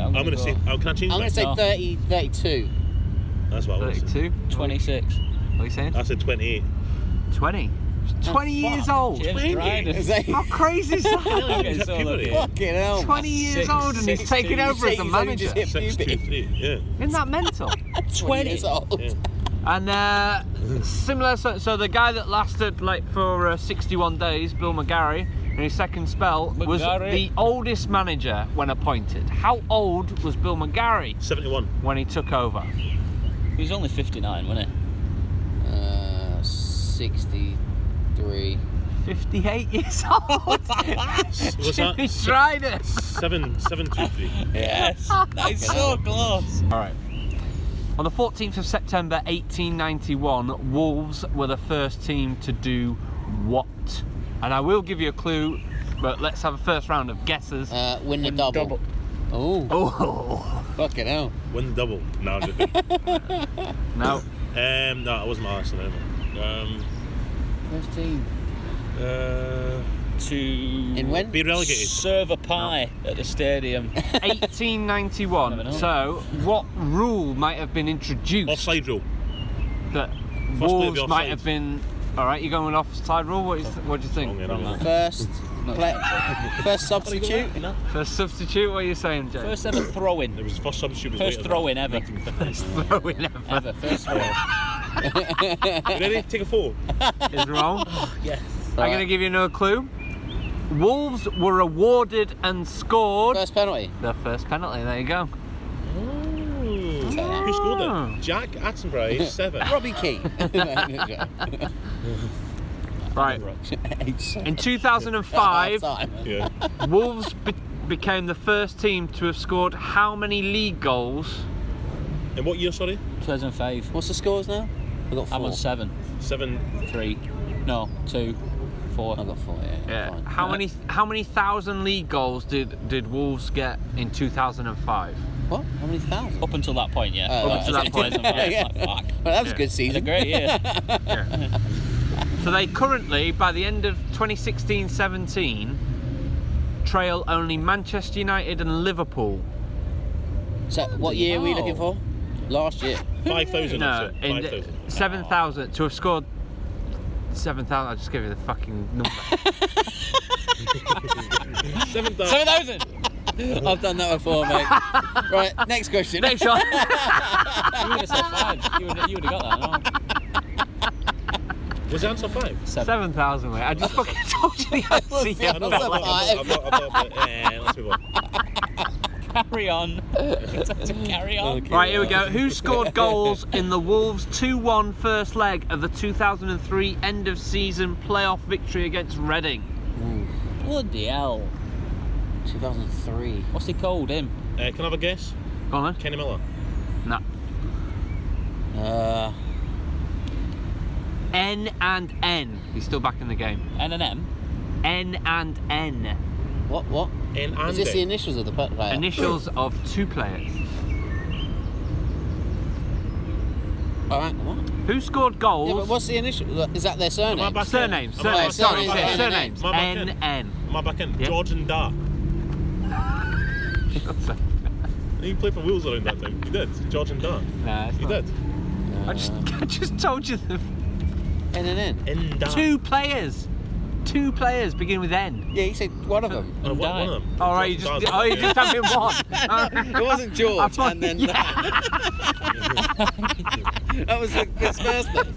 Speaker 4: I'm
Speaker 3: I'm
Speaker 4: gonna
Speaker 3: going to
Speaker 4: go
Speaker 3: say. Oh, can I change
Speaker 2: I'm going
Speaker 3: that?
Speaker 2: to say
Speaker 4: No.
Speaker 2: 30, 32.
Speaker 3: That's what I was.
Speaker 1: 32?
Speaker 4: 26.
Speaker 1: What are you saying?
Speaker 3: I said 28.
Speaker 1: 20. 20 years
Speaker 2: Uh, oh, fuck.
Speaker 1: old.
Speaker 4: Jim
Speaker 3: Really?
Speaker 4: Ryder.
Speaker 2: Is that-
Speaker 1: How crazy is that?
Speaker 4: Okay, so look, yeah.
Speaker 2: Fucking hell.
Speaker 1: 20 years
Speaker 4: Six-
Speaker 1: old and he's
Speaker 4: sixteen.
Speaker 1: taken over as
Speaker 2: He's
Speaker 1: the
Speaker 2: only
Speaker 1: manager.
Speaker 2: just hit
Speaker 3: Six, two,
Speaker 2: puberty.
Speaker 3: three. Yeah.
Speaker 1: Isn't that mental?
Speaker 2: 20 years old.
Speaker 3: Yeah.
Speaker 1: And uh, similar, so, so the guy that lasted like for uh, 61 days, Bill McGarry, in his second spell, was
Speaker 4: McGarry.
Speaker 1: the oldest manager when appointed. How old was Bill McGarry
Speaker 3: 71.
Speaker 1: when he took over?
Speaker 4: He was only 59, wasn't it?
Speaker 2: Uh, 63.
Speaker 1: 58 years old.
Speaker 3: What's that?
Speaker 1: Jimmy Schreider.
Speaker 3: Seven, seven, two, three.
Speaker 4: Yes. that is so close.
Speaker 1: All right. On the 14th of September 1891, Wolves were the first team to do what? And I will give you a clue, but let's have a first round of guesses.
Speaker 2: Uh, win the double. Oh,
Speaker 1: oh,
Speaker 2: fucking hell.
Speaker 3: Win the double. No, I'm joking.
Speaker 1: no.
Speaker 3: um, no, I wasn't my Arsenal. anyway. Um,
Speaker 2: First team.
Speaker 3: uh,
Speaker 4: To
Speaker 2: In when?
Speaker 3: be relegated.
Speaker 4: serve a pie at the stadium.
Speaker 1: 1891.
Speaker 4: Never know.
Speaker 1: so, what rule might have been introduced
Speaker 3: Offside rule.
Speaker 1: that
Speaker 3: play
Speaker 1: Wolves
Speaker 3: be offside.
Speaker 1: might have been? All right, you're going with offside rule. What, is, what do you
Speaker 3: Wrong
Speaker 1: think?
Speaker 3: end, isn't it?
Speaker 2: First, play, first substitute.
Speaker 3: No.
Speaker 1: First substitute. What are you saying, James?
Speaker 4: First ever throw
Speaker 3: It
Speaker 4: in.
Speaker 3: was the first substitute. was
Speaker 4: First
Speaker 3: later.
Speaker 4: throw in ever.
Speaker 1: First throwing ever
Speaker 4: ever. First throw in.
Speaker 3: You ready? Take a photo.
Speaker 4: Ah.
Speaker 1: is wrong.
Speaker 4: Yes.
Speaker 1: I'm going to give you another clue. Wolves were awarded and scored
Speaker 2: First penalty.
Speaker 1: their first penalty. There you go.
Speaker 3: Who scored
Speaker 1: Ah.
Speaker 3: it? Jack Attenborough, age seven.
Speaker 2: Robbie Key.
Speaker 1: Right. In 2005,
Speaker 2: Time.
Speaker 3: yeah.
Speaker 1: Wolves be- became the first team to have scored how many league goals?
Speaker 3: In what year, sorry?
Speaker 4: 2005.
Speaker 2: What's the scores now? I've got 4
Speaker 4: I'm on seven.
Speaker 3: Seven.
Speaker 4: Three. No, two. Four.
Speaker 2: I've got four, yeah.
Speaker 1: Yeah.
Speaker 2: fine.
Speaker 1: How many how many thousand league goals did did Wolves get in 2005?
Speaker 2: What? How many thousand?
Speaker 4: Up until that point, yeah.
Speaker 2: Oh,
Speaker 4: Up
Speaker 2: right.
Speaker 4: until that point. I'm like, fuck.
Speaker 2: Well, that was
Speaker 1: Yeah.
Speaker 2: a good
Speaker 4: It's a
Speaker 2: season.
Speaker 4: great year.
Speaker 1: So they currently, by the end of 2016-17, trail only Manchester United and Liverpool.
Speaker 2: So, what year were you looking for? Last year.
Speaker 3: Five thousand.
Speaker 1: No,
Speaker 3: Five
Speaker 1: in
Speaker 3: thousand.
Speaker 1: seven thousand to have scored seven thousand. I just gave you the fucking number.
Speaker 3: Seven thousand.
Speaker 4: 7,000!
Speaker 2: I've done that before, mate. right, next question.
Speaker 1: Next one.
Speaker 4: You would have said five. You would have, you would have got that, no?
Speaker 3: Was the answer five?
Speaker 1: Seven thousand, mate. I just fucking told you the answer.
Speaker 2: Yeah,
Speaker 1: yeah,
Speaker 3: I know, I'm not- I'm not- I'm not- I'm not- eh, let's move on.
Speaker 4: Carry on. to carry on.
Speaker 2: Okay.
Speaker 1: Right, here we go. Who scored goals in the Wolves 2 1 first leg of the 2003 end of season playoff victory against Reading?
Speaker 2: uh,
Speaker 4: Bloody hell.
Speaker 2: 2003.
Speaker 4: What's he called, him?
Speaker 3: Uh, can I have a guess?
Speaker 1: Go on
Speaker 3: Kenny Miller.
Speaker 1: then. No.
Speaker 2: Uh,
Speaker 1: N and N. He's still back in the game.
Speaker 4: N&M?
Speaker 1: N and N.
Speaker 2: what? What?
Speaker 3: In
Speaker 2: Is this the
Speaker 3: Andy.
Speaker 2: initials of the pe- player?
Speaker 1: Initials of two players.
Speaker 2: All right. What?
Speaker 1: Who scored
Speaker 2: Yeah, but
Speaker 1: goals?
Speaker 2: what's the initial? Is that their surname?
Speaker 3: I back in?
Speaker 1: surnames.
Speaker 3: Am
Speaker 1: Surnames.
Speaker 2: back
Speaker 3: I
Speaker 1: Oh, Sorry, sorry,
Speaker 2: in? Am I back in?
Speaker 1: surnames.
Speaker 3: Am I back in?
Speaker 1: N N.
Speaker 3: Am I back in?
Speaker 1: Yeah.
Speaker 3: Jordan Dar. He played for Wolves around that time. He did. Jordan Dar.
Speaker 1: Nah, it's
Speaker 3: He
Speaker 1: not.
Speaker 3: did.
Speaker 1: I just, I just told you the
Speaker 2: N and N.
Speaker 3: In Dar.
Speaker 1: two players. Two players begin with N.
Speaker 2: Yeah, you said one of them.
Speaker 3: Uh, one, one of them.
Speaker 1: All right, you
Speaker 3: Jordan
Speaker 1: just,
Speaker 3: Dar.
Speaker 1: oh, you just having one.
Speaker 2: It wasn't
Speaker 1: I
Speaker 2: George,
Speaker 1: thought-
Speaker 2: and then
Speaker 1: yeah.
Speaker 2: that was like his first name.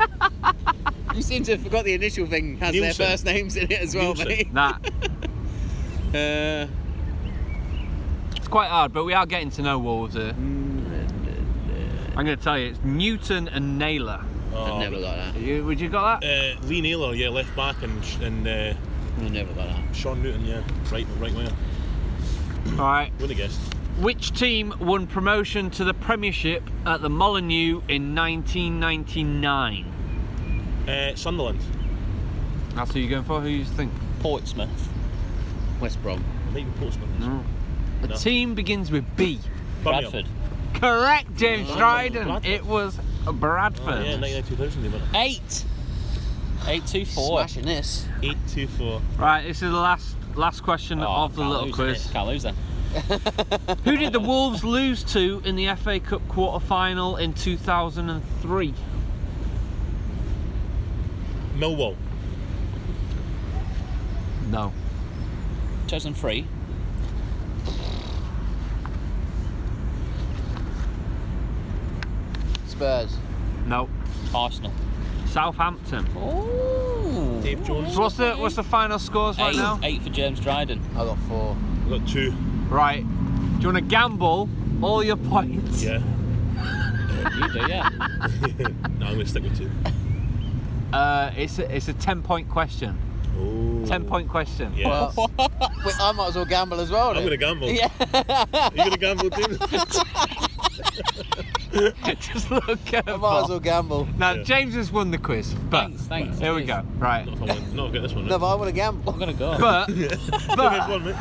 Speaker 2: You seem to have forgot the initial thing has
Speaker 3: Nielsen.
Speaker 2: their first names in it as well,
Speaker 3: Nielsen.
Speaker 2: mate.
Speaker 1: Nah,
Speaker 2: Uh,
Speaker 1: it's quite hard, but we are getting to know Wolves here. I'm going to tell you, it's Newton and Naylor.
Speaker 2: I
Speaker 3: Oh,
Speaker 2: never got that.
Speaker 1: You, would you got that?
Speaker 3: Uh, Lee Naylor, yeah, left back, and sh- and uh,
Speaker 2: I never got that.
Speaker 3: Sean Newton, yeah, right right winger.
Speaker 1: All right.
Speaker 3: Wouldn't have guessed.
Speaker 1: Which team won promotion to the Premiership at the Molineux in 1999?
Speaker 3: Uh, Sunderland.
Speaker 1: That's who you're going for. Who you think?
Speaker 4: Portsmouth.
Speaker 2: West Brom.
Speaker 3: Maybe Portsmouth.
Speaker 1: The
Speaker 3: No.
Speaker 1: team begins with B.
Speaker 3: Birmingham.
Speaker 4: Bradford.
Speaker 1: Correct, James Dryden. It was Bradford.
Speaker 3: Oh, yeah, 99 2000 they went up.
Speaker 2: Eight.
Speaker 4: Eight two four.
Speaker 2: Smashing this.
Speaker 3: 824.
Speaker 1: Right, this is the last last question
Speaker 4: Oh,
Speaker 1: of the
Speaker 4: can't
Speaker 1: little
Speaker 4: lose,
Speaker 1: quiz.
Speaker 4: Can't lose that.
Speaker 1: Who did the Wolves lose to in the FA Cup quarter final in 2003?
Speaker 3: Millwall.
Speaker 1: No.
Speaker 4: 2003.
Speaker 2: Spurs.
Speaker 1: No.
Speaker 4: Arsenal.
Speaker 1: Southampton.
Speaker 4: Ooh.
Speaker 3: Dave Jones.
Speaker 1: So what's the what's the final scores right
Speaker 4: eight,
Speaker 1: now?
Speaker 4: eight for James Dryden.
Speaker 2: I got four.
Speaker 3: Got two.
Speaker 1: Right. Do you want to gamble all your points?
Speaker 3: Yeah.
Speaker 4: You do, yeah.
Speaker 3: no, I'm going to stick with two.
Speaker 1: Uh, it's a, it's a ten point question.
Speaker 3: Oh.
Speaker 1: Ten point question.
Speaker 3: Yeah.
Speaker 2: Well, wait, I might as well gamble as well.
Speaker 3: I'm going to
Speaker 2: then.
Speaker 3: gamble.
Speaker 2: Yeah.
Speaker 3: Are you going to gamble, dude?
Speaker 1: Just look at
Speaker 2: I might as well gamble.
Speaker 1: Now
Speaker 3: Yeah.
Speaker 1: James has won the quiz. But
Speaker 4: Thanks, thanks.
Speaker 1: here we
Speaker 4: Cheers.
Speaker 1: go. Right.
Speaker 3: Not if I win. Not if I get this one.
Speaker 2: No,
Speaker 3: Right?
Speaker 2: but I want to gamble.
Speaker 4: I'm gonna go.
Speaker 1: But
Speaker 3: Next
Speaker 1: but
Speaker 3: one, mate.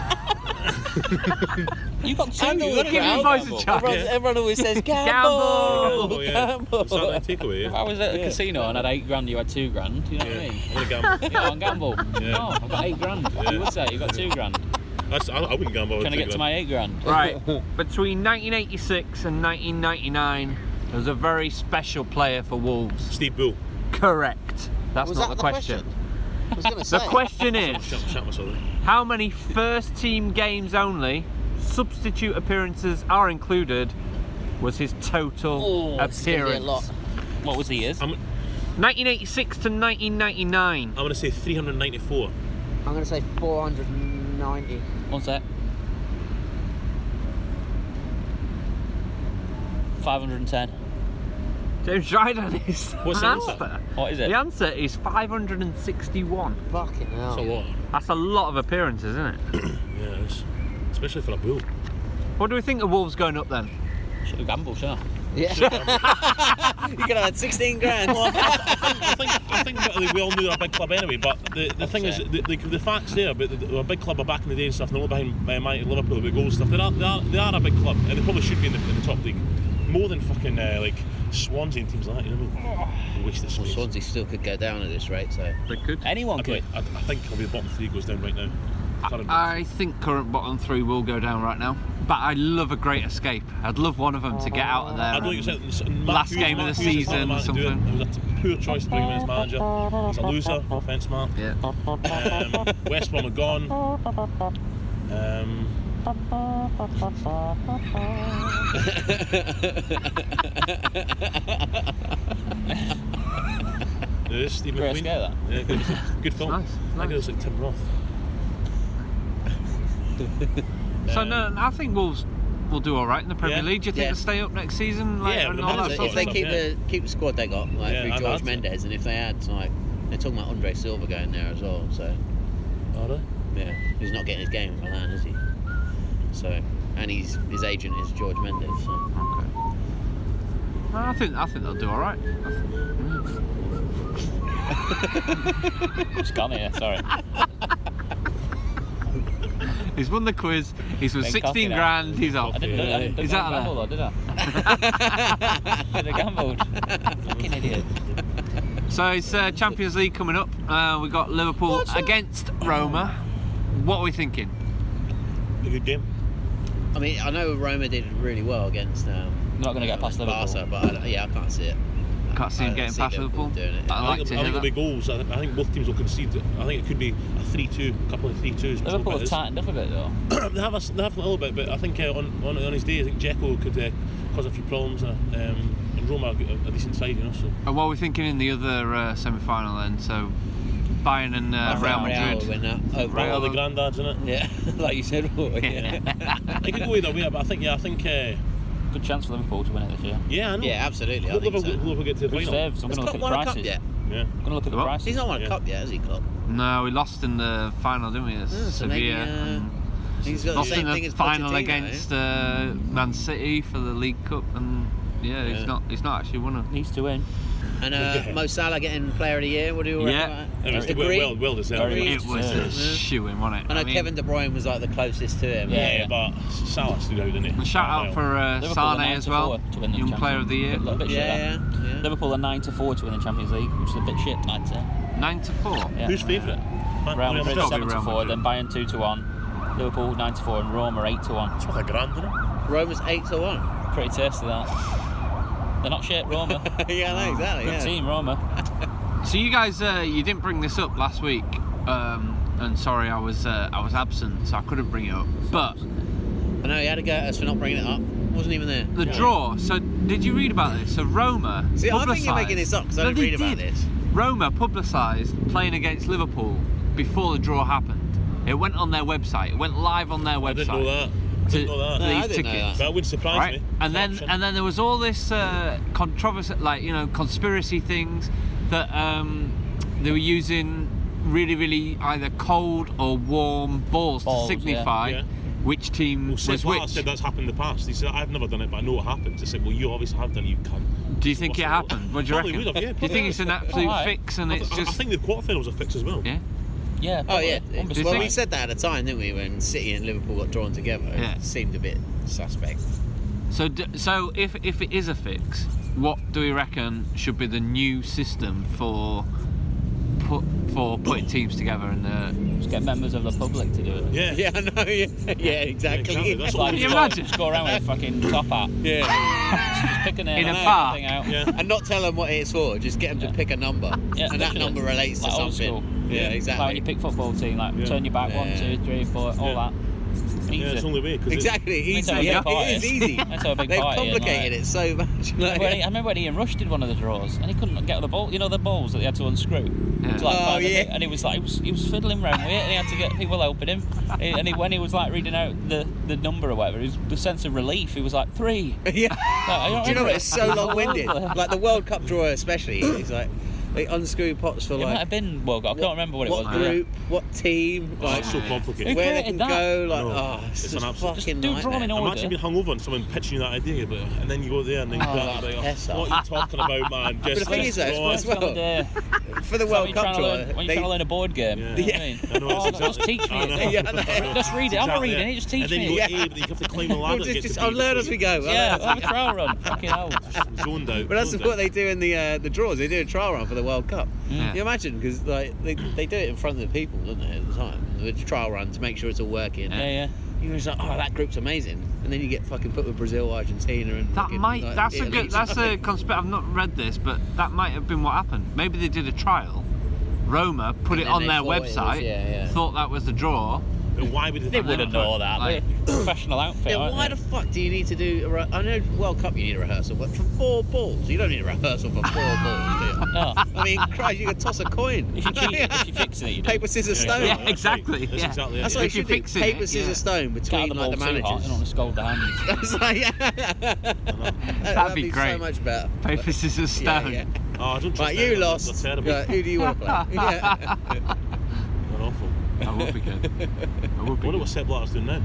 Speaker 4: you got two.
Speaker 2: I'm the
Speaker 4: you
Speaker 2: winner.
Speaker 4: gotta
Speaker 1: give
Speaker 4: go
Speaker 1: your
Speaker 4: out.
Speaker 1: boys a chance.
Speaker 2: Everyone, everyone always says
Speaker 1: Gamble.
Speaker 4: Oh,
Speaker 2: gamble.
Speaker 3: Gamble, Oh, yeah.
Speaker 2: Gamble.
Speaker 3: It's not a takeaway.
Speaker 4: If
Speaker 3: Yeah.
Speaker 4: I was at a casino and had eight grand, you had two grand. You know what I
Speaker 3: Yeah.
Speaker 4: mean?
Speaker 3: I'm going to gamble.
Speaker 4: Yeah, on gamble.
Speaker 3: Yeah.
Speaker 4: No, I've got eight grand.
Speaker 3: Yeah.
Speaker 4: You would say you got two grand.
Speaker 3: That's, I, I wouldn't gamble.
Speaker 4: Can I get to my eight grand?
Speaker 1: right. Between 1986 and 1999, there was a very special player for Wolves.
Speaker 3: Steve Bull.
Speaker 1: Correct. That's
Speaker 2: Was
Speaker 1: not
Speaker 2: that
Speaker 1: the question.
Speaker 2: I was going to say.
Speaker 1: The question is.
Speaker 3: Shut, shut myself. in.
Speaker 1: How many first team games only, substitute appearances are included, was his total
Speaker 2: Oh, it's gonna be a
Speaker 1: appearance?
Speaker 2: lot.
Speaker 4: What was the years?
Speaker 1: Um,
Speaker 3: I'm, I'm
Speaker 1: 1986 to 1999.
Speaker 3: going to say 394.
Speaker 2: I'm going to say 490.
Speaker 4: One sec. 510.
Speaker 1: James Dryden is
Speaker 3: What's
Speaker 1: the
Speaker 3: the answer?
Speaker 1: answer.
Speaker 4: What is it?
Speaker 1: The answer is 561.
Speaker 2: Fucking
Speaker 3: That's a
Speaker 2: hell.
Speaker 3: lot.
Speaker 1: That's a lot of appearances, isn't it?
Speaker 3: Yeah, it is. Especially for a bull.
Speaker 1: What do we think of Wolves going up then?
Speaker 4: Should have gambled, shouldn't I?
Speaker 2: Yeah. you could have had 16 grand.
Speaker 3: I think, I think that they all knew they're a big club anyway, but the, the thing is, the, the, the fact's there, but they were a big club back in the day and stuff, and they're all behind uh, Man United, Liverpool with goals and stuff. They are, they, are, they are a big club, and they probably should be in the, in the top league. More than fucking uh, like Swansea and teams like that, you know what I mean? Waste of
Speaker 5: Well,
Speaker 3: space.
Speaker 5: Swansea still could go down at this rate, so.
Speaker 1: They could.
Speaker 4: Anyone
Speaker 3: I'd be
Speaker 4: could.
Speaker 3: like, I, I think I'll be the bottom three goes down right now. Current-
Speaker 1: I think current bottom three will go down right now. But I love a great escape. I'd love one of them to get out of there.
Speaker 3: I don't think it was Mark
Speaker 1: Last
Speaker 3: Hughes-
Speaker 1: game of
Speaker 3: Mark
Speaker 1: the
Speaker 3: Hughes is not
Speaker 1: season or
Speaker 3: man to do it.
Speaker 1: something.
Speaker 3: It was a t- poor choice to bring him in as manager. He's a loser, no offence, Mark.
Speaker 1: Yeah.
Speaker 3: Um, West Brom are gone. Um, there is Steve
Speaker 4: Great
Speaker 3: McQueen.
Speaker 4: scare, that.
Speaker 3: Yeah, good, good film.
Speaker 1: Nice,
Speaker 3: I think it
Speaker 1: nice.
Speaker 3: was like Tim Roth.
Speaker 1: So
Speaker 3: Um,
Speaker 1: no, I think Wolves will do all right in the Premier
Speaker 3: Yeah.
Speaker 1: League. Do you think
Speaker 5: Yeah.
Speaker 1: they stay up next season? Like,
Speaker 3: Yeah,
Speaker 1: and
Speaker 3: but
Speaker 1: all
Speaker 3: the
Speaker 1: that
Speaker 3: man's
Speaker 1: sort
Speaker 5: if
Speaker 1: of
Speaker 5: they
Speaker 1: stuff?
Speaker 5: keep the keep the squad they got, like
Speaker 3: Yeah,
Speaker 5: through
Speaker 3: I'd
Speaker 5: George
Speaker 3: answer.
Speaker 5: Mendes, and if they had like they're talking about Andre Silva going there as well, so
Speaker 3: Are they?
Speaker 5: yeah, he's not getting his game in Milan, is he? So and he's his agent is George Mendes. So.
Speaker 1: Okay. No, I think I think they'll do all right.
Speaker 4: It's gone here, sorry.
Speaker 1: He's won the quiz. He's won
Speaker 4: Then
Speaker 1: 16
Speaker 4: coffee now.
Speaker 1: grand. He's
Speaker 4: I
Speaker 1: off.
Speaker 4: didn't, I didn't,
Speaker 1: Is
Speaker 4: didn't
Speaker 1: that
Speaker 4: gamble, though, did I? Should have gambled. Fucking idiot.
Speaker 1: So it's uh, Champions League coming up. Uh, we got Liverpool against Roma. What are we thinking?
Speaker 3: A good game.
Speaker 5: I mean, I know Roma did really well against um,
Speaker 4: Not going to get past Liverpool.
Speaker 5: Barca, but I, don't- yeah, I can't see it.
Speaker 1: Can't see
Speaker 5: I
Speaker 1: him
Speaker 5: don't
Speaker 1: getting
Speaker 5: see
Speaker 1: past
Speaker 5: Liverpool
Speaker 1: Liverpool.
Speaker 5: doing it.
Speaker 1: But I
Speaker 3: I
Speaker 1: like
Speaker 3: think,
Speaker 1: to
Speaker 3: I think
Speaker 1: hear
Speaker 3: there'll
Speaker 1: that.
Speaker 3: be goals. I, I think both teams will concede. I think it could be a 3 2, a couple of 3 2s.
Speaker 4: Liverpool have tightened up a bit, though.
Speaker 3: they have a, s- they have a little bit, but I think uh, on, on on his day, I think Jekyll could uh, cause a few problems. Uh, um, and Roma are a, a decent side, you know. So
Speaker 1: And what are we thinking in the other uh, semi-final then? So Bayern and uh,
Speaker 5: I think
Speaker 1: Real
Speaker 5: Real will
Speaker 1: Madrid.
Speaker 5: win that. over.
Speaker 3: Bang all the
Speaker 1: Real-
Speaker 3: granddads in it.
Speaker 5: Yeah, like you said. Roy, yeah.
Speaker 3: It could go either way, but I think yeah, I think uh,
Speaker 4: Good chance for Liverpool to win it this year.
Speaker 3: yeah, I know.
Speaker 5: yeah, absolutely. I
Speaker 3: Hope
Speaker 5: think
Speaker 3: Liverpool,
Speaker 5: so.
Speaker 3: Liverpool get to the
Speaker 4: Who's
Speaker 3: final.
Speaker 4: there? So I'm going
Speaker 5: Has
Speaker 4: to look
Speaker 5: Klopp
Speaker 4: at
Speaker 5: won
Speaker 4: the
Speaker 5: a cup
Speaker 4: prices.
Speaker 5: yet?
Speaker 3: Yeah,
Speaker 4: I'm going to look at the
Speaker 1: What?
Speaker 5: He's
Speaker 4: prices.
Speaker 5: not won a
Speaker 3: Yeah.
Speaker 5: cup yet, has he, Klopp?
Speaker 1: No, we lost in the final, didn't we? It's
Speaker 5: Yeah, so maybe,
Speaker 1: Sevilla.
Speaker 5: uh,
Speaker 1: and
Speaker 5: He's got the
Speaker 1: lost
Speaker 5: same
Speaker 1: in
Speaker 5: thing
Speaker 1: the
Speaker 5: as
Speaker 1: final
Speaker 5: Pochettino, eh?
Speaker 1: against uh, Man City for the League Cup and Yeah, he's
Speaker 6: Yeah.
Speaker 1: not. He's not actually won a.
Speaker 7: Needs to win.
Speaker 2: And uh, Mo Salah getting Player of the Year. What do you
Speaker 1: Yeah.
Speaker 2: reckon? about that?
Speaker 3: It was
Speaker 2: Mr.
Speaker 3: well,
Speaker 2: Green?
Speaker 3: well, well deserved.
Speaker 2: Very
Speaker 1: It was a shoe in, wasn't it?
Speaker 2: I know
Speaker 1: mean,
Speaker 2: Kevin De Bruyne was like the closest to him.
Speaker 3: yeah, but Salah stood out, didn't he?
Speaker 1: and shout out
Speaker 3: Well.
Speaker 1: for uh,
Speaker 4: Liverpool are
Speaker 1: Sane
Speaker 4: nine
Speaker 1: as
Speaker 4: to
Speaker 1: well,
Speaker 4: four to win the
Speaker 1: young player of the year.
Speaker 4: Champions League. A little bit shit,
Speaker 2: Yeah,
Speaker 4: that.
Speaker 2: yeah, yeah.
Speaker 4: Liverpool are nine to four to win the Champions League, which is a bit shit, I'd say.
Speaker 1: Nine to four.
Speaker 4: Yeah.
Speaker 3: Who's favourite?
Speaker 4: Real
Speaker 1: gotta
Speaker 4: Madrid
Speaker 1: be
Speaker 4: seven to
Speaker 1: Real
Speaker 4: four,
Speaker 1: Madrid.
Speaker 4: then Bayern two to one, Liverpool nine to four, and Roma eight to one.
Speaker 3: It's like a grand, isn't it?
Speaker 2: Roma's eight to one.
Speaker 4: Pretty tasty that. They're not shit, Roma.
Speaker 2: yeah, I know exactly.
Speaker 4: Good
Speaker 2: yeah.
Speaker 4: team, Roma.
Speaker 1: So you guys, uh, you didn't bring this up last week, um, and sorry, I was uh, I was absent, so I couldn't bring it up. But
Speaker 2: I know he had a go at us for not bringing it up. Wasn't even there.
Speaker 1: the draw. So did you read about this? So Roma.
Speaker 2: See, I think you're
Speaker 1: publicised-
Speaker 2: making this up 'cause I
Speaker 1: No,
Speaker 2: didn't
Speaker 1: they
Speaker 2: read about
Speaker 1: did.
Speaker 2: this.
Speaker 1: Roma publicised playing against Liverpool before the draw happened. It went on their website. It went live on their website.
Speaker 3: I didn't know that. I
Speaker 1: To-
Speaker 3: didn't know
Speaker 2: No,
Speaker 3: that.
Speaker 2: I
Speaker 1: These
Speaker 2: didn't know
Speaker 1: tickets.
Speaker 2: that.
Speaker 3: That would surprise
Speaker 1: right?
Speaker 3: me.
Speaker 1: And then
Speaker 3: Corruption.
Speaker 1: and then there was all this uh, controversy, like you know, conspiracy things that um, they were using really, really either cold or warm balls,
Speaker 4: Balls,
Speaker 1: to
Speaker 4: yeah.
Speaker 1: signify
Speaker 3: Yeah.
Speaker 1: which team
Speaker 3: Well, Sid
Speaker 1: was
Speaker 3: Barr
Speaker 1: which.
Speaker 3: said that's happened in the past. He said, I've never done it, but I know it happens. I said, well, you obviously have done it, you cunt.
Speaker 1: Do you think it
Speaker 3: What's the-
Speaker 1: happened? What do you
Speaker 3: Probably
Speaker 1: reckon?
Speaker 3: would have, yeah,
Speaker 1: do you think
Speaker 3: probably.
Speaker 1: it's an absolute
Speaker 4: Alright.
Speaker 1: fix and
Speaker 3: I,
Speaker 1: it's
Speaker 3: th- I
Speaker 1: just
Speaker 3: think the quarterfinals a fix as well.
Speaker 1: yeah?
Speaker 4: Yeah.
Speaker 2: Oh yeah.
Speaker 4: probably. Wouldn't be
Speaker 1: Do you
Speaker 2: well,
Speaker 1: think-
Speaker 2: we said that at the time, didn't we? When City and Liverpool got drawn together,
Speaker 1: Yeah.
Speaker 2: it seemed a bit suspect.
Speaker 1: So d- so if if it is a fix, what do we reckon should be the new system for? Put, for putting teams together and uh,
Speaker 4: Just get members of the public to do it.
Speaker 3: Yeah.
Speaker 2: Yeah, I know. Yeah, yeah
Speaker 3: exactly,
Speaker 2: exactly.
Speaker 3: that's what
Speaker 4: Like,
Speaker 3: Can you
Speaker 4: just go-
Speaker 1: imagine?
Speaker 4: Just go around with a fucking top hat.
Speaker 2: yeah.
Speaker 4: Just pick a
Speaker 1: In
Speaker 4: name
Speaker 1: a
Speaker 4: and
Speaker 1: park.
Speaker 4: everything out.
Speaker 3: Yeah.
Speaker 2: And not tell them what it's for. Just get them
Speaker 4: Yeah.
Speaker 2: to pick a number,
Speaker 4: Yeah,
Speaker 2: and that
Speaker 4: literally.
Speaker 2: number relates to
Speaker 4: Like old
Speaker 2: something.
Speaker 4: school.
Speaker 2: Yeah,
Speaker 4: Like when
Speaker 2: exactly.
Speaker 4: you pick football team, like
Speaker 3: Yeah.
Speaker 4: turn your back one,
Speaker 2: Yeah.
Speaker 4: two, three, four, all
Speaker 3: Yeah.
Speaker 4: that. Easy.
Speaker 3: Yeah, it's the only way. 'cause it-
Speaker 2: Exactly,
Speaker 4: Let's
Speaker 2: easy.
Speaker 4: have a
Speaker 2: Yeah,
Speaker 4: big party.
Speaker 2: it is easy.
Speaker 4: Let's have a big
Speaker 2: They've
Speaker 4: party and, like-
Speaker 2: complicated it so much.
Speaker 4: I
Speaker 2: like-
Speaker 4: remember when he- I remember when Ian Rush did one of the draws and he couldn't get the ball. You know the balls that they had to unscrew.
Speaker 1: Yeah.
Speaker 4: To like
Speaker 2: Oh,
Speaker 4: find the
Speaker 2: yeah.
Speaker 4: bit, And he was like, he was, he was fiddling around with it, and he had to get people helping him. He- And he, when he was like reading out the, the number or whatever, his the sense of relief, he was like three.
Speaker 2: yeah.
Speaker 4: Like, I don't
Speaker 2: Do you know
Speaker 4: remember
Speaker 2: what?
Speaker 4: it.
Speaker 2: It's so long-winded. like the World Cup drawer, especially. It's like they unscrew pots for
Speaker 4: It might
Speaker 2: like
Speaker 4: have been World Cup. I can't remember what it was. but yeah.
Speaker 2: group, what team,
Speaker 3: Oh,
Speaker 2: like
Speaker 3: it's so
Speaker 4: Who
Speaker 3: complicated.
Speaker 2: where they
Speaker 4: created
Speaker 2: can
Speaker 4: that?
Speaker 2: go. Like,
Speaker 3: No,
Speaker 2: oh, it's,
Speaker 3: it's
Speaker 2: just
Speaker 3: an absolute-
Speaker 2: fucking
Speaker 4: Just do
Speaker 2: nightmare.
Speaker 4: drawing all-
Speaker 3: Imagine being hungover and someone pitching you that idea, but and then you go there and then you
Speaker 4: Oh,
Speaker 3: go out and
Speaker 2: that's
Speaker 3: be like,
Speaker 2: piss off.
Speaker 3: what are you talking about, man? Just
Speaker 2: the thing is, though, it's
Speaker 3: God.
Speaker 2: as
Speaker 4: It's the
Speaker 2: well.
Speaker 4: other day. It's like
Speaker 2: for the
Speaker 4: when
Speaker 2: World
Speaker 4: you're
Speaker 2: Cup
Speaker 4: trying to
Speaker 2: draw.
Speaker 4: learn, when you're
Speaker 2: they-
Speaker 4: trying to learn a board game.
Speaker 3: Yeah.
Speaker 4: You know what I mean?
Speaker 3: I know, it's
Speaker 4: Oh, just
Speaker 3: exactly-
Speaker 4: teach me
Speaker 3: I
Speaker 4: it,
Speaker 3: know.
Speaker 4: then.
Speaker 2: Yeah, I know.
Speaker 4: Just read it. I'm not
Speaker 3: Exactly,
Speaker 4: reading
Speaker 3: yeah.
Speaker 4: it. Just teach
Speaker 3: And then
Speaker 4: me.
Speaker 3: you go
Speaker 4: it.
Speaker 3: A, but then you have to climb the ladder.
Speaker 2: We'll
Speaker 3: to get
Speaker 2: just, just,
Speaker 3: to
Speaker 2: I'll
Speaker 3: B
Speaker 2: learn as
Speaker 3: before
Speaker 2: we go. I'll
Speaker 4: Yeah,
Speaker 2: learn as
Speaker 4: have a
Speaker 2: we go.
Speaker 4: trial run. Fucking hell.
Speaker 3: you- Zoned out.
Speaker 2: But that's
Speaker 3: zoned
Speaker 2: what
Speaker 3: out.
Speaker 2: they do in the uh, the draws. They do a trial run for the World Cup.
Speaker 1: Yeah.
Speaker 2: Can You imagine because like they, they do it in front of the people, don't they? At the time, the trial run to make sure it's all working.
Speaker 4: Yeah, yeah.
Speaker 2: You're just like, oh, that group's amazing, and then you get fucking put with Brazil, Argentina, and
Speaker 1: That
Speaker 2: fucking,
Speaker 1: might.
Speaker 2: like,
Speaker 1: that's a
Speaker 2: Italy.
Speaker 1: good. That's a conspiracy. I've not read this, but that might have been what happened. Maybe they did a trial. Roma put
Speaker 2: And
Speaker 1: it
Speaker 2: then
Speaker 1: on
Speaker 2: they
Speaker 1: their
Speaker 2: thought it was-
Speaker 1: website.
Speaker 2: yeah, yeah.
Speaker 1: Thought that was the draw.
Speaker 3: But why would they?
Speaker 4: They
Speaker 3: think that?
Speaker 4: wouldn't know that.
Speaker 1: Like-
Speaker 4: They're professional outfit.
Speaker 2: Yeah,
Speaker 4: aren't
Speaker 2: why
Speaker 4: they?
Speaker 2: the fuck do you need to do? A re- I know World Cup you need a rehearsal, but for four balls, you don't need a rehearsal for four balls, do you?
Speaker 4: No.
Speaker 2: I mean, Christ, you could toss a coin.
Speaker 4: If you cheat, if you fix it, you do.
Speaker 2: paper, scissors, stone.
Speaker 1: Yeah, exactly,
Speaker 3: That's
Speaker 1: yeah.
Speaker 3: exactly it.
Speaker 2: That's what
Speaker 3: yeah.
Speaker 2: you
Speaker 1: If you
Speaker 2: should do.
Speaker 1: fix it,
Speaker 2: Paper,
Speaker 1: yeah.
Speaker 2: scissors, stone
Speaker 4: Can't
Speaker 2: between
Speaker 4: have the
Speaker 2: like
Speaker 4: ball
Speaker 2: the
Speaker 4: too hot. You don't want
Speaker 2: managers.
Speaker 4: to scold the hand.
Speaker 2: It's like, yeah, that'd,
Speaker 1: That'd be
Speaker 2: so
Speaker 1: great.
Speaker 2: much better.
Speaker 1: Paper, scissors,
Speaker 2: Yeah,
Speaker 1: stone.
Speaker 2: yeah.
Speaker 3: Oh, I don't trust
Speaker 2: Right,
Speaker 3: them.
Speaker 2: you
Speaker 3: They're-
Speaker 2: lost.
Speaker 3: They're terrible.
Speaker 2: Right, who do you want to play? Yeah.
Speaker 3: They're awful.
Speaker 1: That would be good. That would
Speaker 3: I
Speaker 1: be
Speaker 3: wonder what
Speaker 1: good.
Speaker 3: Sepp Blatter's doing now.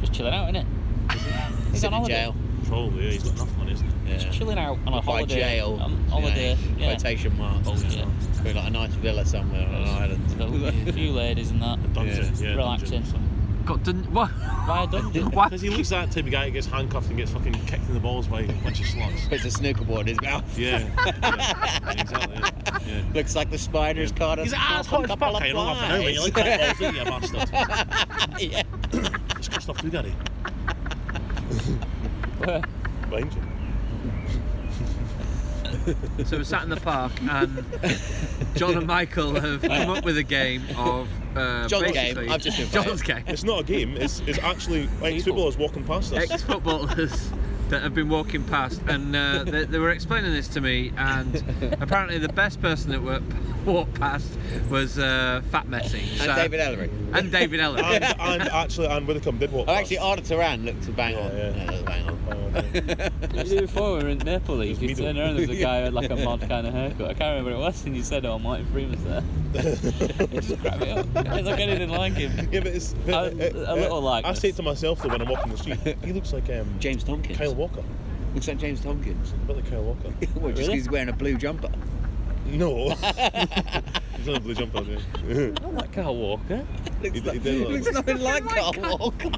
Speaker 4: Just chilling out, innit? He's on
Speaker 2: Sitting in
Speaker 4: holiday.
Speaker 2: jail.
Speaker 3: Probably, yeah, he's got enough money, isn't he?
Speaker 4: Just
Speaker 2: Yeah.
Speaker 4: chilling out on a
Speaker 2: By
Speaker 4: holiday.
Speaker 2: jail.
Speaker 4: On holiday.
Speaker 2: you know,
Speaker 4: Yeah.
Speaker 2: Quotation marks.
Speaker 4: Bullshit.
Speaker 2: Be like a nice villa somewhere on an
Speaker 4: So,
Speaker 2: island.
Speaker 4: a few ladies and that.
Speaker 3: Dungeon,
Speaker 2: Yeah.
Speaker 3: yeah.
Speaker 4: Relaxing.
Speaker 1: Got done. What?
Speaker 4: Why a dungeon?
Speaker 1: Why?
Speaker 3: Because he looks like that type of guy that gets handcuffed and gets fucking kicked in the balls by a bunch of sluts.
Speaker 2: Puts a snooker board in his mouth.
Speaker 3: Yeah. yeah, exactly. yeah, Yeah.
Speaker 2: Looks like the spider's caught us.
Speaker 3: He's as hot as fuck. I don't laugh now, mate. You like that balls, don't you, bastard?
Speaker 2: yeah.
Speaker 3: It's good stuff too, Gary.
Speaker 4: Where?
Speaker 3: Behind you.
Speaker 1: So we're sat in the park, and John and Michael have come up with a game of. Uh,
Speaker 2: John's game.
Speaker 1: basically-
Speaker 2: I've just been playing.
Speaker 1: John's game.
Speaker 3: It's not a game. It's, it's actually ex-footballers walking past us.
Speaker 1: ex-footballers that have been walking past, and uh, they, they were explaining this to me. And apparently, the best person that were, walked past was uh, Fat Messi
Speaker 2: And
Speaker 1: So-
Speaker 2: David Ellery.
Speaker 1: and David Ellery.
Speaker 3: and, and actually, Anne Withercombe did walk
Speaker 2: Oh,
Speaker 3: past.
Speaker 2: actually, Arda Turan looked to bang
Speaker 3: Yeah,
Speaker 2: on.
Speaker 3: yeah. Oh,
Speaker 2: that was bang on.
Speaker 4: Before we were in Maple Leaf,
Speaker 3: Just
Speaker 4: you
Speaker 3: middle.
Speaker 4: turned around, there was a guy with like a mod kind of haircut. I can't remember what it was, and you said, oh, Martin Freeman's there. it just cracked me up. It's like anything like him.
Speaker 3: Yeah, but it's but, uh,
Speaker 4: A- a little
Speaker 3: I
Speaker 4: likeness.
Speaker 3: say to myself though when I'm walking the street, he looks like um,
Speaker 2: James Tompkins.
Speaker 3: Kyle Walker.
Speaker 2: Looks like James Tompkins.
Speaker 3: About the Kyle Walker.
Speaker 2: well, just 'cause he's wearing a blue jumper.
Speaker 3: no. He's not a blue jumper, yeah. he,
Speaker 4: Not that Carl Walker.
Speaker 3: he did look-
Speaker 2: Looks nothing like Carl Walker.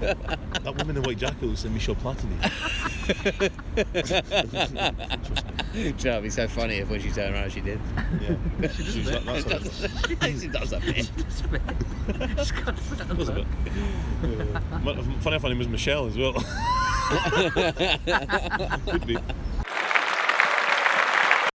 Speaker 3: That woman in the white jacket looks like Michel Platini.
Speaker 2: That would be so funny if when she turned around she did.
Speaker 3: Yeah. She was like, that's her.
Speaker 2: she does that bit.
Speaker 3: That was a bit. Yeah. Funny, funny was Michelle as well. Could be.